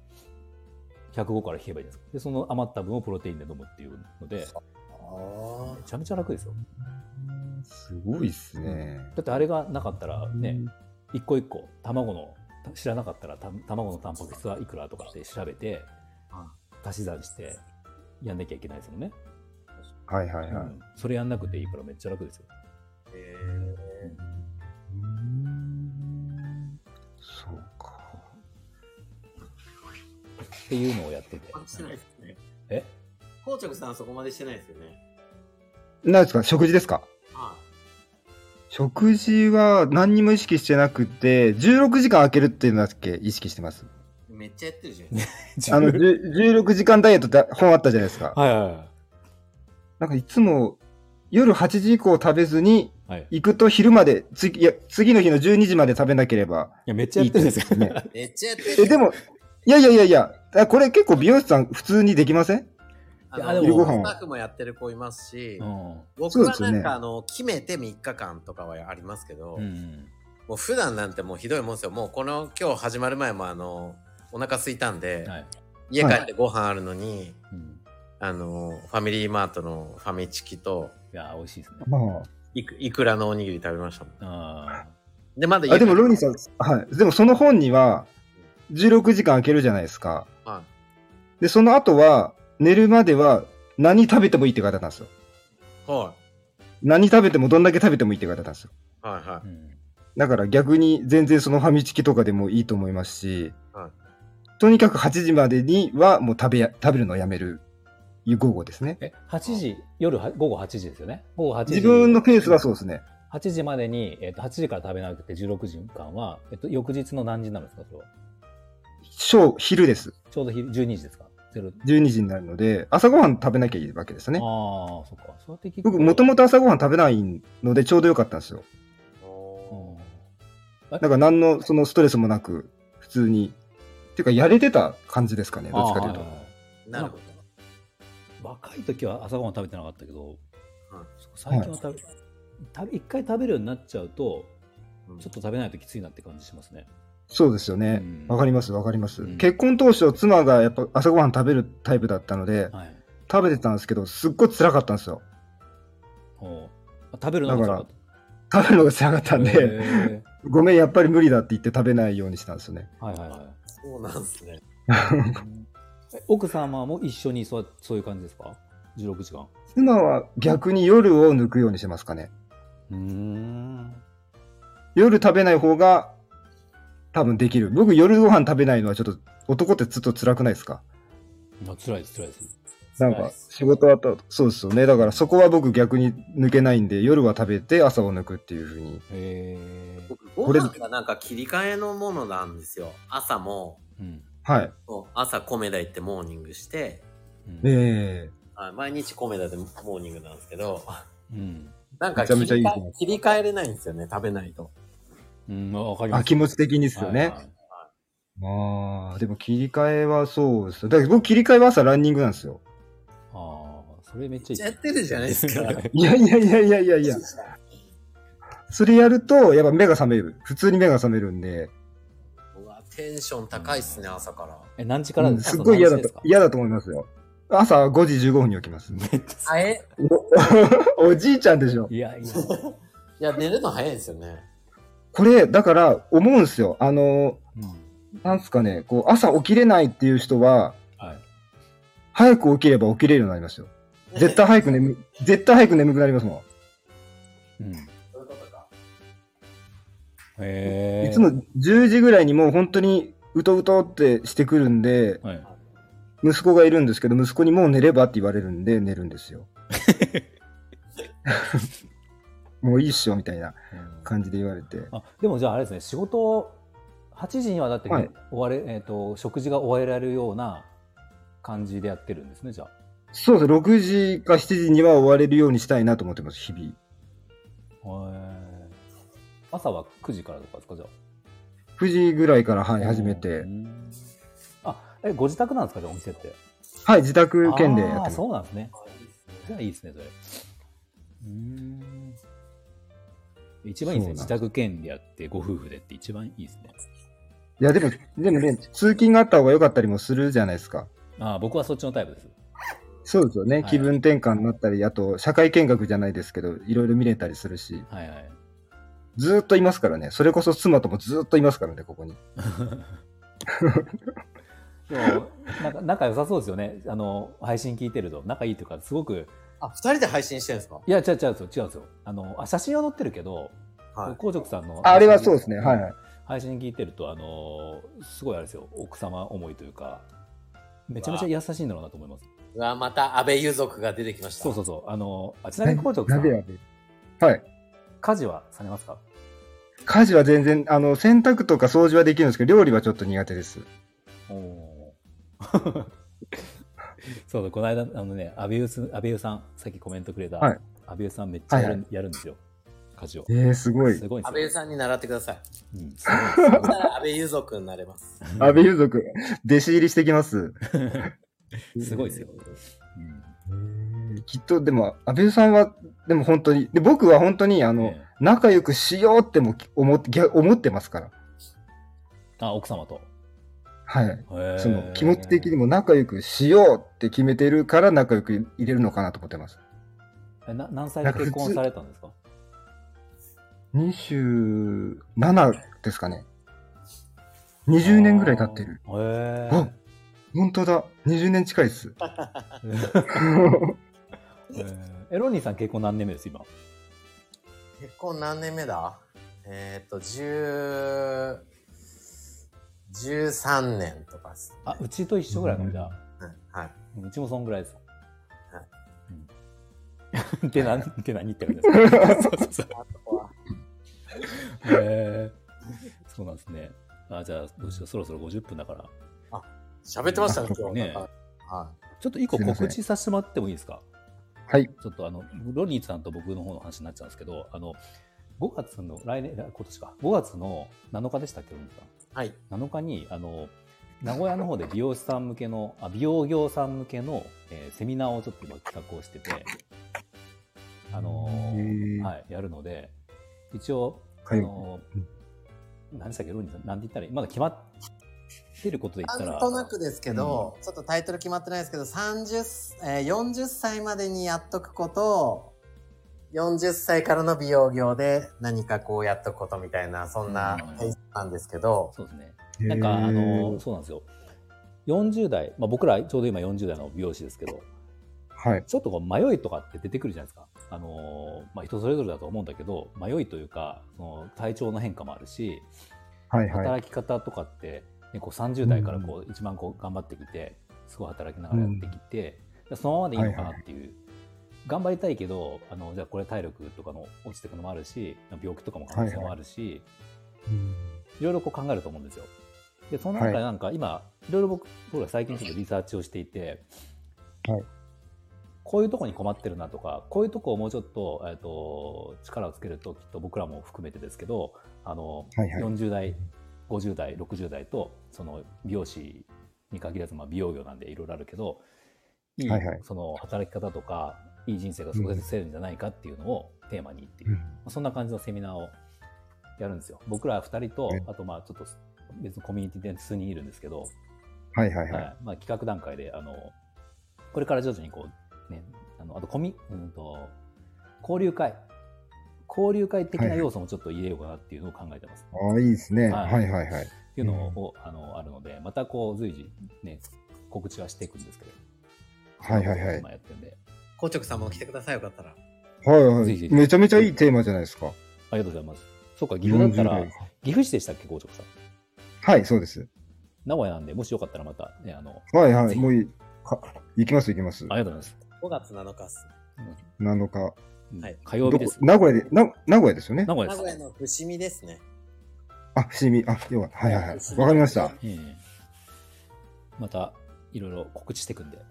S2: 105から引けばいいんですでその余った分をプロテインで飲むっていうので
S1: あ
S2: めちゃめちゃ楽ですよ
S3: すごいっすね。
S2: だってあれがなかったらね、一個一個卵のた知らなかったらた卵のタンパク質はいくらとかって調べて足し算してやんなきゃいけないですもんね、
S3: はいはいは
S2: う
S3: い。
S2: んそれやんなくていいからめっちゃ楽ですよ
S1: ーえ
S3: そうか。
S2: っていうのをやってて
S1: ー、して
S2: [laughs]
S1: ないですね
S2: え
S1: 硬直さんそこまでしてないですよね
S3: なんですか食事ですか
S1: は
S3: 食事は何にも意識してなくて、16時間空けるっていうのだけ意識してます。
S1: いめっちゃやってるじゃん
S3: あの、じゅ16時間ダイエットって本あったじゃないですか。
S2: はいは
S3: なんかいつも夜8時以降食べずに、
S2: いはいい
S3: 行くと昼まで、ついや次の日の12時まで食べなければ
S2: やめっちゃ
S3: い
S2: や
S3: い
S2: ってるんですよ
S3: よね。
S1: めっちゃやってる
S3: え、でも、いやいやいやいや、あこれ結構美容師さん普通にできません
S1: あの
S2: いやでも
S1: 昼ご
S3: ご飯
S1: 飯
S3: は
S1: スタッフもやってる子いますし、
S2: うん
S1: 僕
S3: そうで
S1: は
S3: すよ
S1: な
S3: ね
S1: んかあの決めて3日間とかはありますけど、
S2: うん
S1: もう普段なんてもうひどいもんですよもうこの今日始まる前もあのお腹空いたんで、
S2: はい
S1: 家帰ってご飯あるのに、
S2: うん
S1: あのファミリーマートのファミチキと
S2: いや美味しいですね
S3: まあ。
S1: いくいくらのおにぎり食べましたもん
S2: あ
S1: でまだ
S3: あでもロニー
S1: ん
S3: さん、はい。でもその本には、16時間空けるじゃないですか。
S1: は
S3: で、その後は、寝るまでは何食べてもいいって書いてあったんですよ。
S1: いは
S3: 何食べてもどんだけ食べてもいいって書いてあったんですよ。
S1: いはいは
S2: ーうん
S3: だから逆に全然そのファミチキとかでもいいと思いますし、
S1: は
S3: とにかく8時までにはもう食べや食べるのをやめる、いう午後ですね。
S2: え8時夜は午後8時ですよね午後8時
S3: 自分のペースはそうですね。
S2: 8時までに、えっと8時から食べなくて16時間は、えっと翌日の何時になるんですかそれは
S3: 小、昼です。
S2: ちょうど昼12時ですかゼロ
S3: 12時になるので、朝ごはん食べなきゃいいわけですね。
S2: ああ、そっか。そうやって聞
S3: 僕、もともと朝ごはん食べないのでちょうどよかったんですよ。
S1: いお
S3: だから何のそのストレスもなく、普通に。っていうか、やれてた感じですかね、どっちかというと。
S1: ーなるほど
S2: 若い時は朝ごはん食べてなかったけど、
S1: はい
S2: 最近は食べ、食べ一回食べるようになっちゃうと、
S1: うん
S2: ちょっと食べないときついなって感じしますね。
S3: そうですよね
S2: うん。
S3: わ、かります、わかります。
S2: うん
S3: 結婚当初、妻がやっぱ朝ごはん食べるタイプだったので、
S2: はい。
S3: 食べてたんですけど、すっごい辛かったんですよ。
S2: おうあ食べるのが
S3: だから食べるのが辛かったん
S2: へ
S3: で、
S2: ー
S3: ごめん、やっぱり無理だって言って食べないようにしたんですよね。
S2: はいはいは
S1: そうなんですね
S2: い。え [laughs] 奥様も一緒にそうそういう感じですか ?16 時間。
S3: 妻は逆に夜を抜くようにしてますかね。
S2: うーん。
S3: 夜食べない方が多分できる。僕、夜ご飯食べないのはちょっと、男ってずっと辛くないですか
S2: まあ、辛いです、辛いです。
S3: なん
S2: 辛い
S3: か
S2: で、す
S3: 仕事はと、そうですよね。だから、そこは僕逆に抜けないんで、夜は食べて、朝を抜くっていうふうに。
S2: へえ。
S1: 僕ご
S3: れ
S1: 飯がなんか切り替えのものなんですよ。朝も、
S2: うん。
S3: はい。
S1: そう朝米田行ってモーニングして、
S2: うん
S3: ええ
S1: あ毎日米田でモーニングなんですけ
S3: [laughs]
S1: ど、
S2: うん。
S1: なんか
S3: めち
S1: 切
S3: ゃめ
S1: り
S3: ちゃい
S1: 替
S3: いです
S1: え
S3: ね
S1: 切り替えれないんですよね、食べないと。
S2: うん、まあわかります。
S3: あ、気持ち的にですよ
S2: はい
S3: ね。
S2: はい
S3: ああ、でも切り替えはそうですよ。だけど僕切り替えは朝ランニングなんですよ。
S2: ああ、それめっちゃいい。
S1: やってるじゃないですか [laughs]
S3: いやいやいやいやいやいや。それやると、やっぱ目が覚める。普通に目が覚めるんで、
S1: うわ、テンション高いっすね、朝から。
S2: [laughs] え、何時から
S3: う
S2: で
S3: ん、
S2: すか
S3: すっごい嫌だ
S2: 朝何時です
S3: と
S2: か、
S3: 嫌だと思いますよ。朝5時15分に起きます。 [laughs]
S1: あえ
S3: おおじいちゃんでしょ。
S2: いやいや。
S1: いや、寝るの早いですよね。
S3: これ、だから思うんですよ。あの、なんすかね、こう、朝起きれないっていう人は、
S2: はい。
S3: 早く起きれば起きれるようになりますよ。絶対早く [laughs] 眠、絶対早く眠くなりますも
S2: うん。へ
S1: そういうことか。
S3: ん。
S2: え。
S3: いつも10時ぐらいにもう本当にうとうとってしてくるんで、
S2: はい。
S3: 息子がいるんですけど、息子にもう寝ればって言われるんで、寝るんですよ。もういいっしょみたいな
S2: うん
S3: 感じで言われて。
S2: あでもじゃああれですね仕事8時にはだって、
S3: はい
S2: 終われえっ、と食事が終えられるような感じでやってるんですねじゃあ
S3: そうです6時か7時には終われるようにしたいなと思ってます、日々。
S2: へー朝は9時からとかですかじゃ
S3: 9時ぐらいから、はい、
S2: あ
S3: 始め
S2: う
S3: て。
S2: んあえご自宅なんですかじゃあお店って
S3: はい、自宅兼でやって
S2: あ
S3: ま
S2: ー
S3: す。
S2: そうなんですねじゃあいいですねそれうん一番いいです
S3: そうなんで
S2: ね
S3: す
S2: 自宅兼でやってご夫婦でって一番いいですね
S3: いや、でも、でもね、通勤があった方が良かったりもするじゃないですか。
S2: あー僕はそっちのタイプです
S3: そうですよね。
S2: はい
S3: 気分転換になったり、あと、社会見学じゃないですけど、いろいろ見れたりするし、
S2: はいはい
S3: ずーっといますからね。それこそ妻ともずーっといますからね、ここに。
S2: でもなんか仲良さそうですよねあの配信聞いてると仲いいというかすごく
S1: あ、二人で配信してるんですか
S2: いや違う違うんですよ違うんですよあのあ写真は載ってるけど
S1: はい。
S2: 紅直さんの
S3: ああれはそうですね。はいはい。
S2: 配信聞いてるとあのすごいあれですよ奥様思いというかめちゃめちゃ優しいんだろうなと思います
S1: うわ、また安倍裕族が出てきました。
S2: そうそうそうあのあちなみに紅直
S3: な
S2: さ
S3: ぜ
S2: ん
S3: やべはい。
S2: 家事はされますか
S3: 家事は全然、あの、洗濯とか掃除はできるんですけど、料理はちょっと苦手です。
S2: おおー [laughs] そうだこの間あのね阿部優さん阿部優さんさっきコメントくれた、
S3: はい
S2: 阿部優さんめっちゃやる,、
S3: はいは
S2: やるんですよ家事を
S3: えー、すごい。
S2: すごいんですよ
S1: 安倍裕さんに習ってくだ [laughs] さい。
S2: うん、すごいです
S1: そしたら安倍裕族になれます。
S3: 安倍裕族、弟子入りしてきます。
S2: [laughs] すごいです
S3: [laughs]
S2: よ。
S3: えー。きっと、でも、安倍さんは、でも本当に、で僕は本当に、あ
S2: うん
S3: の、
S2: ね
S3: 仲良くしようっても思って、逆思ってますから。
S2: あ奥様と。
S3: はい。
S2: へー
S3: その、気持ち的にも仲良くしようって決めてるから、仲良く入れるのかなと思ってます。
S2: えな何歳で結婚されたんですか
S3: 27ですかね。20年ぐらい経ってる。。
S2: あーへ
S3: あ本当だ。20年近いっす。 [laughs]
S2: [laughs] ーへーえロニーさん結婚何年目です今。
S1: 結婚何年目だえーっと、十、13年とかっす。
S2: あうちと一緒ぐらいかもじゃあ。
S1: はい。はい。
S2: うちもそんぐらいです
S1: は。
S2: うんって何って何って感じですそうそう [laughs] そう
S1: あとは
S2: へーそうなんですね。あじゃあどうしようそろそろ50分だから。
S1: 喋ってましたね、今日。
S2: ね
S1: は
S2: ちょっと一個告知させてもらってもいいですか
S3: はい。
S2: ちょっとあの、ロニーさんと僕の方の話になっちゃうんですけど、あの、5月の、来年、あ今年か、5月の7日でしたっけ、ロニーさ
S1: い。はい。
S2: ん。7日に、あの、名古屋の方で美容師さん向けの、あ美容業さん向けの、えーセミナーをちょっと今企画をしてて、あの
S3: へ
S2: ー
S3: ー
S2: はい、やるので、一応、あ
S3: はい
S2: のー何でしたっけ、ロニーさん、何て言ったらいいまだ決まってることで言ったら。
S1: なんとなくですけど、ちょっとタイトル決まってないですけど、30、えー40歳までにやっとくこと、40歳からの美容業で何かこうやっとくことみたいな、そんな
S2: うん
S1: テイストなんですけど、
S2: そうですね。なんか、あ
S3: へ
S2: の、
S3: ー
S2: そうなんですよ。40代、まあ、僕らちょうど今40代の美容師ですけど、
S3: はい。
S2: ちょっとこう迷いとかって出てくるじゃないですか。あの、まあ、人それぞれだと思うんだけど、迷いというか、その体調の変化もあるし、
S3: はいはい。
S2: 働き方とかって、ね、こう30代からこう一番こう頑張ってきてすごい働きながらやってきて、そのままでいいのかなっていう、頑張りたいけどあのじゃあこれ体力とかの落ちてくのもあるし病気とかも可能性もあるし、いろいろこう考えると思うんですよ。でその中で
S3: はい
S2: なんか今、い、ろいろ僕僕ら最近ちょっとリサーチをしていて、
S3: はい
S2: こういうとこに困ってるなとかこういうとこをもうちょっと,、えっと力をつけるときっと僕らも含めてですけどあの、
S3: はいはい
S2: 40代50代60代とその美容師に限らず、まあ、美容業なんでいろいろあるけどいい、
S3: はいはい
S2: その働き方とかいい人生が過ごせるんじゃないかっていうのをテーマにってい
S3: う
S2: う、
S3: ん
S2: まあそんな感じのセミナーをやるんですよ。僕ら2人と
S3: え
S2: あとまあちょっと別のコミュニティで数人いるんですけど、
S3: はいはい
S2: は
S3: はいい。
S2: まあ、企画段階であのこれから徐々にこう、ね、あのあとコミ、うん、と交流会交流会的な要素もちょっと入れようかなっていうのを考えてます。
S3: ああ、いいですね。
S2: は
S3: はいいはいはい。
S2: っていうのを、あのあるのでまたこう随時ね告知はしていくんですけど、
S3: はいはいはい。
S2: 今やってるんで
S1: 硬直さんも来てくださいよかったら。
S3: はい
S2: ぜひ
S3: はい。
S2: ぜひ
S3: めちゃめちゃいいテーマじゃないですか。
S2: ありがとうございます。そうか岐阜だった
S3: 40
S2: ら
S3: 代。
S2: 岐阜市でしたっけ郷直さん
S3: はい、そうです。
S2: 名古屋なんでもしよかったらまたねあの
S3: はいは
S2: ぜ
S3: い。
S2: ひ
S3: もういい。か行きます行きます
S2: あ。りがとうございます。
S1: 5月7日っすね。
S3: 7日。
S2: うん
S1: はい
S2: 火曜
S3: どこ
S2: 日です。
S3: 名古屋で、な名古屋ですよね
S2: 名。古
S1: 名
S2: 屋
S1: 古
S2: で
S1: 屋の伏見ですね。
S3: あ、伏見。あ、要は。はいはいは
S1: 伏
S3: い。
S1: 見
S3: わかりました。
S2: す。ええまたいろいろ告知していくんで。はい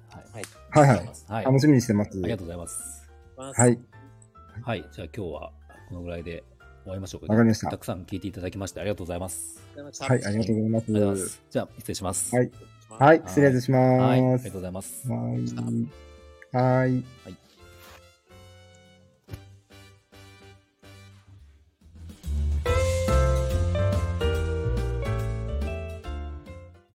S1: はい。
S3: はい
S1: ありがと
S3: は
S1: うござい
S3: い
S1: ま。す
S2: はい。
S3: 楽しみにしてます。
S2: ありがとうございます。
S3: はい。
S2: はい。じゃあ今日はこのぐらいで終わりましょう
S3: わかりました
S2: たくさん聞いていただきましてありがとうございます。
S1: ありがとうございました
S3: はい、ありがとうご
S2: あり
S3: ざ
S2: が
S3: いま。
S2: とうございますす。じゃあ失礼します。
S3: はい。はい、失礼し
S2: はい。あ
S3: ま
S2: りが
S3: す
S2: とう。ございます。
S3: はい。はい。